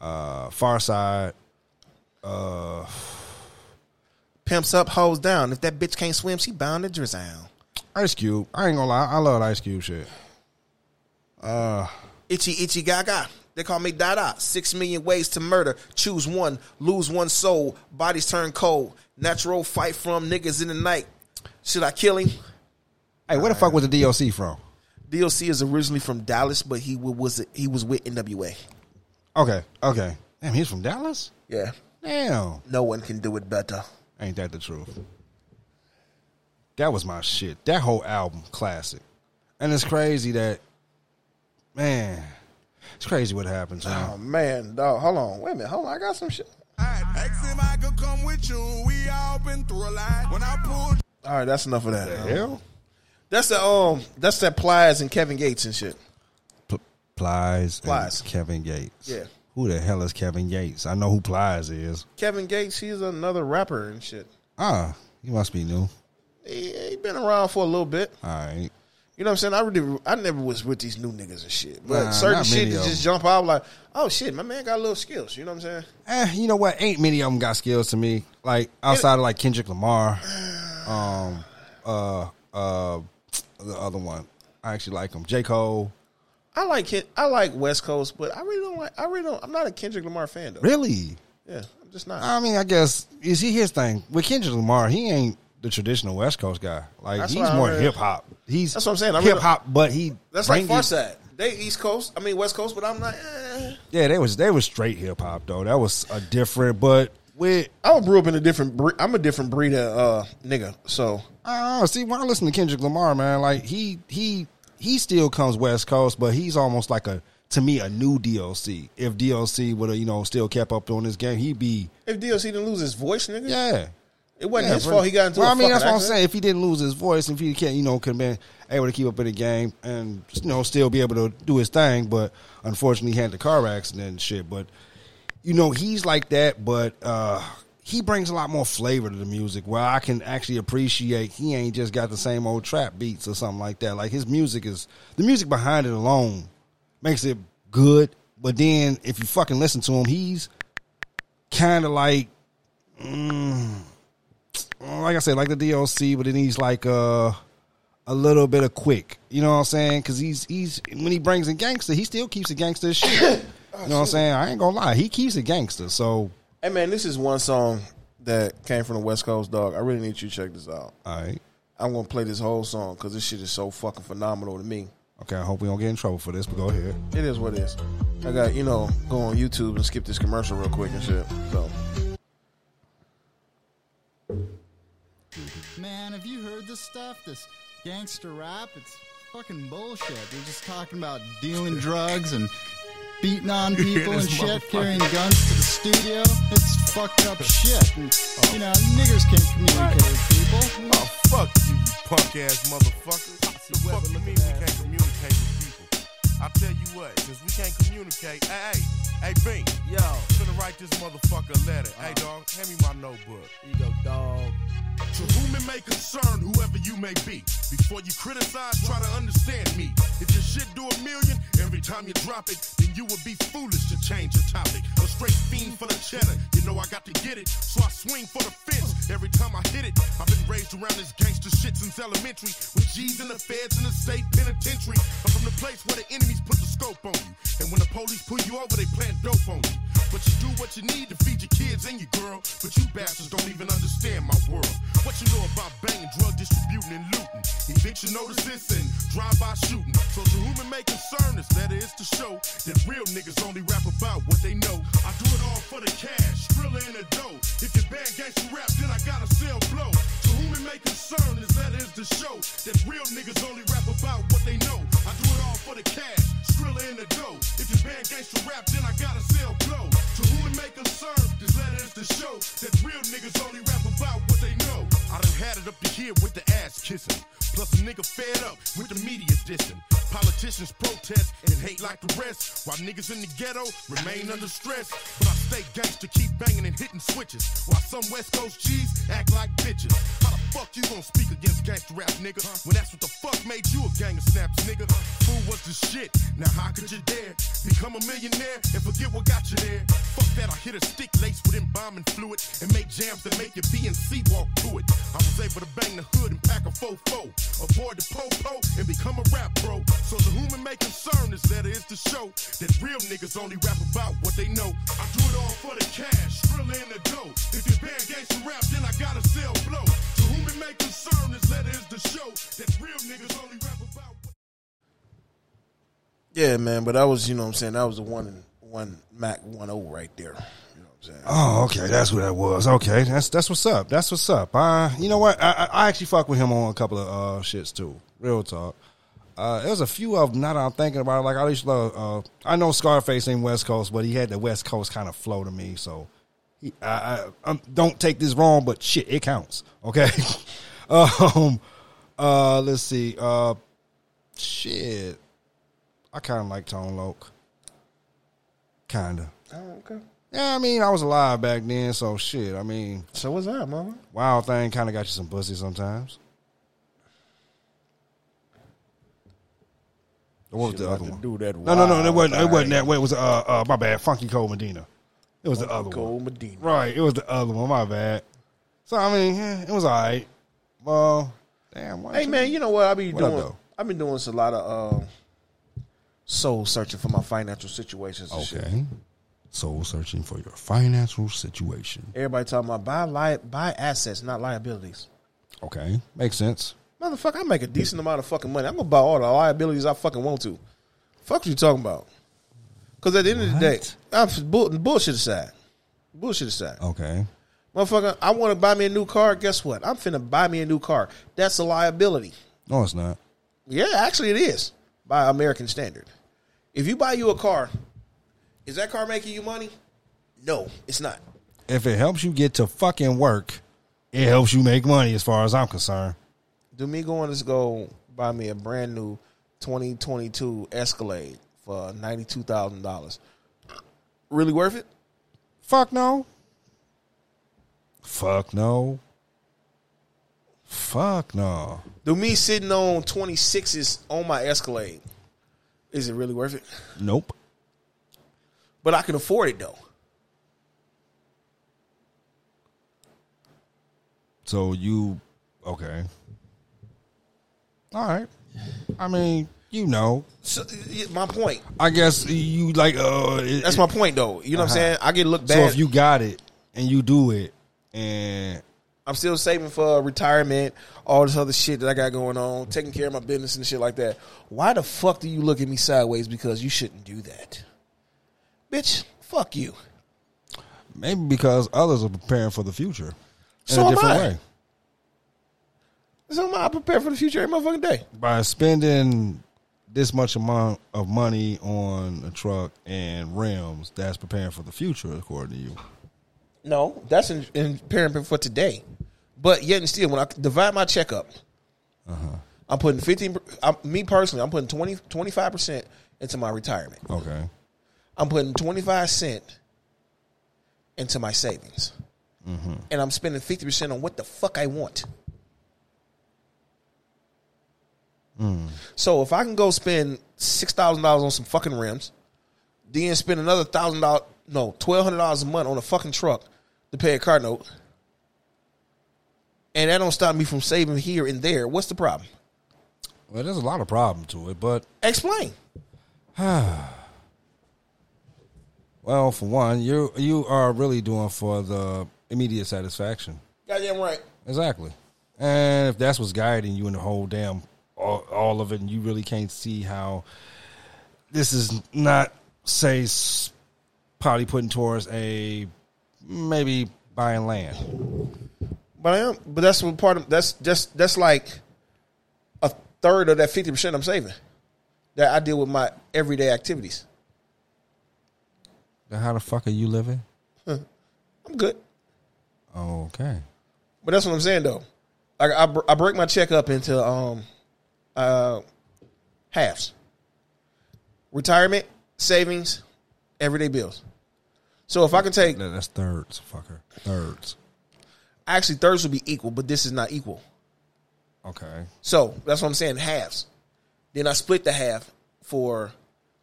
uh, Farside.
Pimps up, hoes down. If that bitch can't swim, she bound to drown.
Ice Cube. I ain't gonna lie. I love Ice Cube shit.
Itchy itchy gaga. They call me Dada. Six million ways to murder. Choose one. Lose one soul. Bodies turn cold. Natural fight from niggas in the night. Should I kill him?
Hey, where the fuck was the DOC from?
DLC is originally from Dallas, but he wa- was he was with NWA.
Okay, okay. Damn, he's from Dallas.
Yeah.
Damn,
No one can do it better.
ain't that the truth? That was my shit. That whole album, classic. And it's crazy that, man, it's crazy what happens. Man.
Oh man, dog. Hold on. Wait a minute. Hold on. I got some shit.
Ask him I could come with you. We all been through a lot. When I pulled
All right, that's enough of that. Um,
Hell,
That's the um. That's that Plies and Kevin Gates and shit.
P- Plies, and
Plies.
Kevin Yates.
Yeah.
who the hell is Kevin Yates? I know who Plies is.
Kevin Gates, he's another rapper and shit.
Ah, he must be new. All
He, he been around for a little bit.
right.
You know what I'm saying? I really, I never was with these new niggas and shit. But
Nah,
certain
not
shit
many
that
of
just
them.
jump out like, oh shit, my man got little skills. You know what I'm saying?
Eh, you know what? Ain't many of them got skills to me. Like outside of like Kendrick Lamar, um, uh, uh, the other one. I actually like him. J Cole.
I like Ken- I like West Coast, but I really don't like. I really don't. I'm not a Kendrick Lamar fan though.
Really? Um,
Yeah, I'm just not.
I mean, I guess is he his thing with Kendrick Lamar? He ain't the traditional West Coast guy. Like
That's
he's
what I
more
read.
hip hop. He's
That's what I'm saying. I read-
Hip hop, but he
That's like
bring it-
Farsad. They East Coast. I mean West Coast, but I'm like, eh.
Yeah, they was they was straight hip hop though. That was a different, but with
I grew up in a different. Bre- I'm a different breed of uh, nigga. So
I don't know. uh, See, when I listen to Kendrick Lamar, man, like he he he still comes West Coast, but he's almost like a to me a new DLC. If DLC would have you know still kept up on this game, he'd be
if DLC didn't lose his voice, nigga,
yeah.
it wasn't
Yeah,
his
bro.
fault. He got into.
Well,
I
I mean, that's what I'm saying. If he didn't lose his voice, if he can't, you know, could have been able to keep up in the game and you know still be able to do his thing, but unfortunately, he had the car accident and shit. But you know, he's like that, but uh, he brings a lot more flavor to the music where I can actually appreciate he ain't just got the same old trap beats or something like that. Like his music is the music behind it alone makes it good. But then if you fucking listen to him, he's kind of like well, like I said, like the DLC, but then he's like uh, a little bit of quick. You know what I'm saying? Because he's he's when he brings in gangster, he still keeps a gangster as shit. you know what I'm saying? I ain't gonna lie, he keeps a gangster. So
Hey man, this is one song that came from the West Coast, dog. I really need you to check this out.
all right,
I'm gonna play this whole song because this shit is so fucking phenomenal to me.
okay. I hope we don't get in trouble for this, but go ahead.
It is what it is. I got you know go on YouTube and skip this commercial real quick and shit. So
Man, have you heard this stuff? This gangster rap? It's fucking bullshit. They're just talking about dealing drugs and beating on people and shit, carrying guns to the studio. It's fucked up shit. And, You know, niggers can communicate with people.
Oh, fuck you, you punk ass motherfucker. The fuck you mean we can't communicate with people? I tell you what, since we can't communicate, hey, hey, hey, Bing. Yo. Gonna write this motherfucker a letter. Hey, dog, hand me my notebook. You go, dog. To whom it may concern, whoever you may be. Before you criticize, try to understand me. If your shit do a million, every time you drop it, then you would be foolish to change the topic. A straight fiend for the cheddar, you know I got to get it. So I swing for the fence every time I hit it. I've been raised around this gangster shit since elementary. With G's in the feds and the state penitentiary. I'm from the place where the enemies put the scope on you. And when the police pull you over, they plant dope on you. But you do what you need to feed your kids and your girl. But you bastards don't even understand my world. What What you know about banging, drug distributing, and looting? You think you know the this and drive-by shooting? So to whom it may concern us, that is to show that real niggas only rap about what they know. I do it all for the cash, thriller in the dough. If you ban gangsta rap, then I gotta sell blow. To whom it may concern is that is to show that real niggas only rap about what they know. I do it all for the cash, thriller in the dough. If you ban gangsta rap, then I gotta sell blow. To whom it may concern is that is to show that real niggas only rap about what they know. I done had it up to here with the ass kissing. Plus a nigga fed up with the media dissing. Politicians protest and hate like the rest. While niggas in the ghetto remain under stress. But I stay gangster, keep banging and hitting switches. While some West Coast G's act like bitches. How the fuck you gonna speak against gangster rap, nigga? When that's what the fuck made you a gang of snaps, nigga. Fool was the shit. Now how could you dare become a millionaire and forget what got you there? Fuck that, I hit a stick laced with embalming fluid and make jams that make your BNC walk to it. I was able to bang the hood and pack a fofo, avoid the popo and become a rap bro. So to whom it may concern, this letter is to show that real niggas only rap about what they know. I do it all for the cash, thriller in the dough. If you ban gangsta rap, then I gotta sell blow. To whom it may concern, this letter is to show that real niggas only rap about. what-
Yeah, man, but that was, you know what I'm saying? That was the one and one Mac 10 right there. You know what I'm saying?
Oh, okay, that's what that was. Okay, that's that's what's up. That's what's up. Uh, you know what? I, I, I actually fuck with him on a couple of uh shits too. Real talk. Uh, there's a few of them now that I'm thinking about. it, Like I just love. Uh, I know Scarface ain't West Coast, but he had the West Coast kind of flow to me. So, he, I, I um, don't take this wrong, but shit, it counts. Okay. um, uh, let's see. Uh, shit, I kind of like Tone Loc. Kinda.
Oh, okay.
Yeah, I mean, I was alive back then, so shit. I mean,
So what's that, mama?
wild thing kind of got you some pussy sometimes. Or What was the other one?
do that
no, no, no,
wild
it wasn't. It
thing.
wasn't that. Wait, it was uh, uh, my bad. Funky Cole Medina. It was the other one.
Gold Medina.
Right, it was the other one. My bad. So I mean, yeah, it was all right. Well, damn. why
Hey
don't
man, you know what I've been
What up,
doing?
though?
I've been doing a lot of uh, soul searching for my financial situations. And shit.
Okay. Soul searching for your financial situation.
Everybody talking about buy li- buy assets, not liabilities.
Okay, makes sense.
Motherfucker, I make a decent amount of fucking money. I'm gonna buy all the liabilities I fucking want to. Fuck you talking about? Because at the end of the day,
What?
I'm f- bull- bullshit aside. Bullshit aside.
Okay.
Motherfucker, I want to buy me a new car. Guess what? I'm finna buy me a new car. That's a liability.
No, it's not.
Yeah, actually, it is by American standard. If you buy you a car, is that car making you money? No, it's not.
if it helps you get to fucking work, it helps you make money as far as I'm concerned.
Do me going to go buy me a brand new 2022 Escalade for ninety two thousand dollars? Really worth it?
Fuck no. Fuck no. Fuck no.
Do me sitting on 26s on my Escalade? Is it really worth it?
Nope.
But I can afford it though.
So you okay. All right. I mean, you know.
So, y- my point.
I guess you like uh it-
That's my point though. You know what I'm saying? I get looked
Uh-huh. so
bad.
if you got it and you do it and
I'm still saving for retirement, all this other shit that I got going on, taking care of my business and shit like that. Why the fuck do you look at me sideways because you shouldn't do that? Bitch, fuck you.
maybe because others are preparing for the future in
So
a
am
different
I.
way.
So am I I prepare for the future every motherfucking day.
by spending this much amount of money on a truck and rims, that's preparing for the future, according to you.
No, that's in, in preparing for today. But yet and still, when I divide my checkup, I'm putting 15, I'm, me personally, I'm putting 20, 25% into my retirement.
Okay.
I'm putting 25 cent into my savings. And I'm spending 50% on what the fuck I want. So if I can go spend $6,000 on some fucking rims, then spend another $1,000, no, $1,200 a month on a fucking truck to pay a car note, and that don't stop me from saving here and there, what's the problem?
Well, there's a lot of problem to it, but
Explain.
well, for one, you you are really doing for the immediate satisfaction.
Goddamn right.
Exactly. And if that's what's guiding you in the whole damn all, all of it, and you really can't see how this is not say s- probably putting towards a maybe buying land.
But I am. But that's what part of that's just that's like a third of that fifty percent I'm saving that I deal with my everyday activities.
Then how the fuck are you living?
I'm good.
Okay.
But that's what I'm saying though. Like I, br- I break my check up into um uh halves. Retirement, savings, everyday bills. So if I can take
That- That's thirds, fucker. Thirds.
actually thirds would be equal, but this is not equal.
Okay.
So that's what I'm saying, halves. Then I split the half for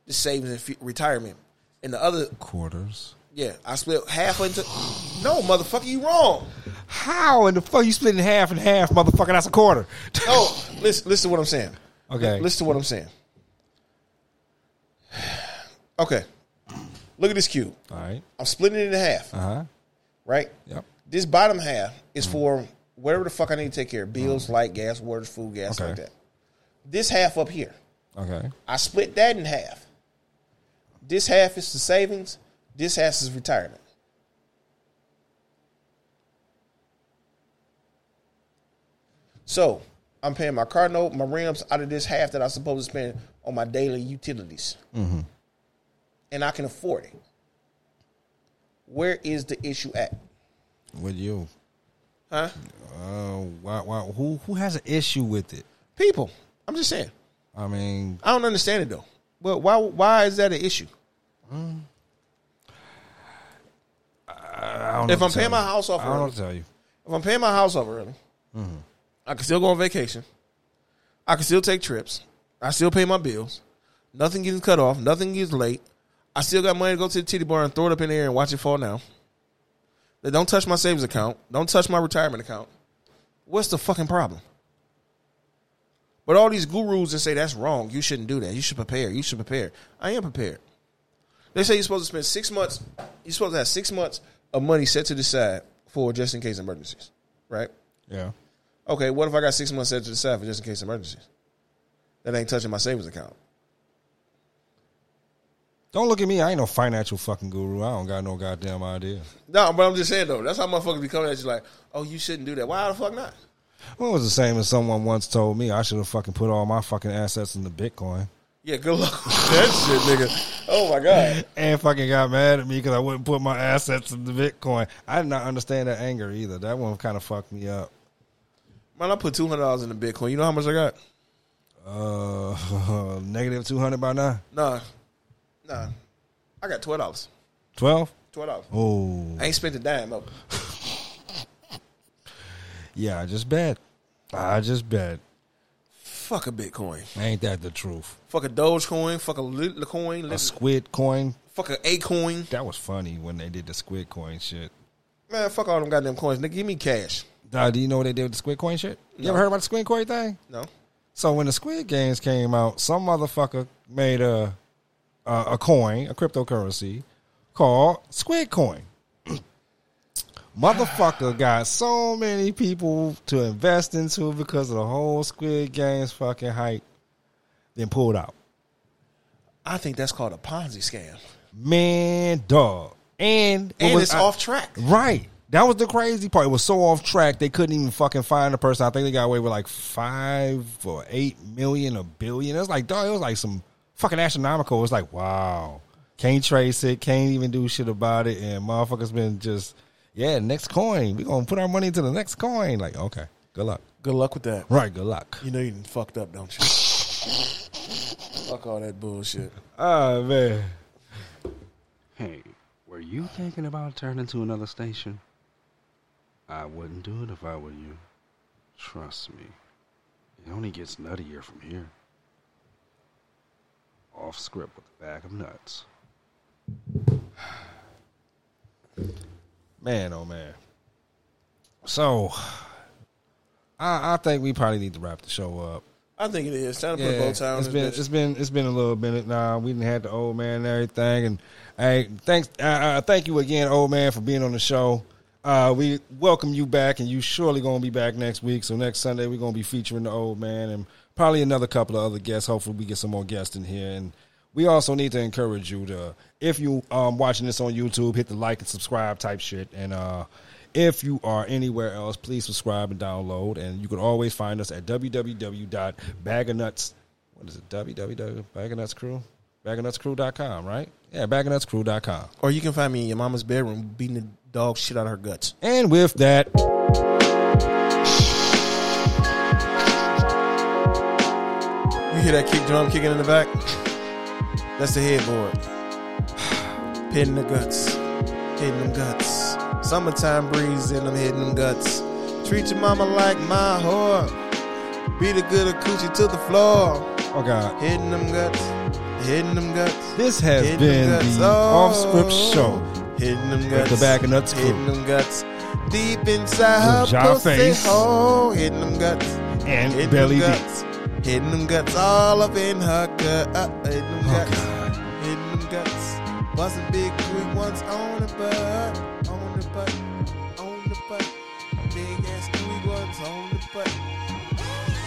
the savings and fu- retirement, and the other
Quarters.
yeah I split half into. No, motherfucker, you wrong.
How in the fuck you splitting half and half, motherfucker? That's a quarter.
No, listen, listen to what I'm saying.
Okay.
Listen to what I'm saying. Okay, look at this cube.
All right.
I'm splitting it in half,
Uh huh.
right?
Yep.
This bottom half is for whatever the fuck I need to take care of: bills, light, gas, water, food, gas,
Okay.
like that. This half up here,
Okay.
I split that in half. This half is the savings. This half is retirement. So I'm paying my car note, my rims out of this half that I'm supposed to spend on my daily utilities, and I can afford it. Where is the issue at?
With you.
Huh?
Uh, why, why, who who has an issue with it?
People. I'm just saying.
I mean,
I don't understand it though. Well, why? Why is that an issue?
I don't know
If
what to
I'm paying
tell
my
you.
house off
I don't know
early.
what to tell you.
If I'm paying my house off early, I can still go on vacation. I can still take trips. I still pay my bills. Nothing gets cut off. Nothing gets late. I still got money to go to the titty bar and throw it up in the air and watch it fall down. They don't touch my savings account. Don't touch my retirement account. What's the fucking problem? But all these gurus that say that's wrong. You shouldn't do that. You should prepare. You should prepare. I am prepared. They say you're supposed to spend six months. You're supposed to have six months of money set to the side for just in case emergencies, right?
Yeah.
Okay, what if I got six months set to the side for just in case emergencies? That ain't touching my savings account.
Don't look at me. I ain't no financial fucking guru. I don't got no goddamn idea.
No, but I'm just saying though. That's how motherfuckers be coming at you like, oh, you shouldn't do that. Why the fuck not?
Well, it was the same as someone once told me I should have fucking put all my fucking assets into Bitcoin.
Yeah, good luck with that shit, nigga. Oh my god.
And fucking got mad at me because I wouldn't put my assets into Bitcoin. I did not understand that anger either. That one kind of fucked me up.
Man, I put two hundred dollars in the Bitcoin. You know how much I got?
Uh, negative 200 by now?
Nah, nah. I got twelve dollars.
12?
Twelve dollars.
Oh,
I ain't spent a dime. Up.
yeah, I just bet. I just bet.
Fuck a Bitcoin.
Ain't that the truth?
Fuck a Dogecoin. Fuck a little coin.
A squid coin?
fuck a A coin.
That was funny when they did the squid coin shit.
Man, fuck all them goddamn coins. Nigga, give me cash.
Nah, do you know what they did with the squid coin shit? You ever heard about the squid coin thing?
No.
So when the Squid Games came out, some motherfucker made a a, a coin, a cryptocurrency called Squid Coin. motherfucker got so many people to invest into because of the whole Squid Games fucking hype. Then pulled out.
I think that's called a Ponzi scam.
Man, dog. And it
And
was-
it's
I-
off track.
Right. That was the crazy part. It was so off track they couldn't even fucking find the person. I think they got away with like five or eight million or billion. It was like dog, it was like some fucking astronomical. It was like, wow. Can't trace it, can't even do shit about it, and motherfuckers been just yeah, next coin. We're gonna put our money into the next coin. Like, okay, good luck.
Good luck with that.
Right, good luck.
You know you done fucked up, don't you? Fuck all that bullshit.
Oh man.
Hey, were you thinking about turning to another station? I wouldn't do it if I were you. Trust me. It only gets nuttier from here. Off script with a bag of nuts.
Man, oh man. So I, I think we probably need to wrap the show up.
I think it is. Time to put a bow tie on
it's
this
been
bitch.
it's been it's been a little minute now. We didn't have the old man and everything, and hey, thanks, uh, uh, thank you again, old man, for being on the show. Uh, we welcome you back, and you surely gonna be back next week. So next Sunday we're gonna be featuring the old man and probably another couple of other guests. Hopefully we get some more guests in here, and we also need to encourage you to, if you um watching this on YouTube, hit the like and subscribe type shit, and uh. If you are anywhere else, please subscribe and download. And you can always find us at www.baganuts. What is it? www.baganutscrew? Bagnutscrew.com, right? Yeah, bagnutscrew.com.
Or you can find me in your mama's bedroom beating the dog shit out of her guts.
And with that,
You hear that kick drum kicking in the back? That's the headboard. Hitting the guts. Hitting them guts. Summertime breeze and I'm hitting them guts. Treat your mama like my whore. Be the good of coochie to the floor.
oh God,
Hitting them guts. Hitting them guts.
this has
Hitting
been
them guts. Oh,
the Off Script Show.
Hitting them
With
guts.
the Back and Nuts crew.
Hitting them guts. Deep inside
With
her
Ja
pussy
Face.
hole. Hitting them guts.
And
hitting
Belly D.
them guts. Hitting them guts all up in her gut. Uh, hitting them
Oh,
guts.
God.
Hitting them guts. Bustin' big quick once on the butt. On the butt. On the butt. Big ass quick once on the butt.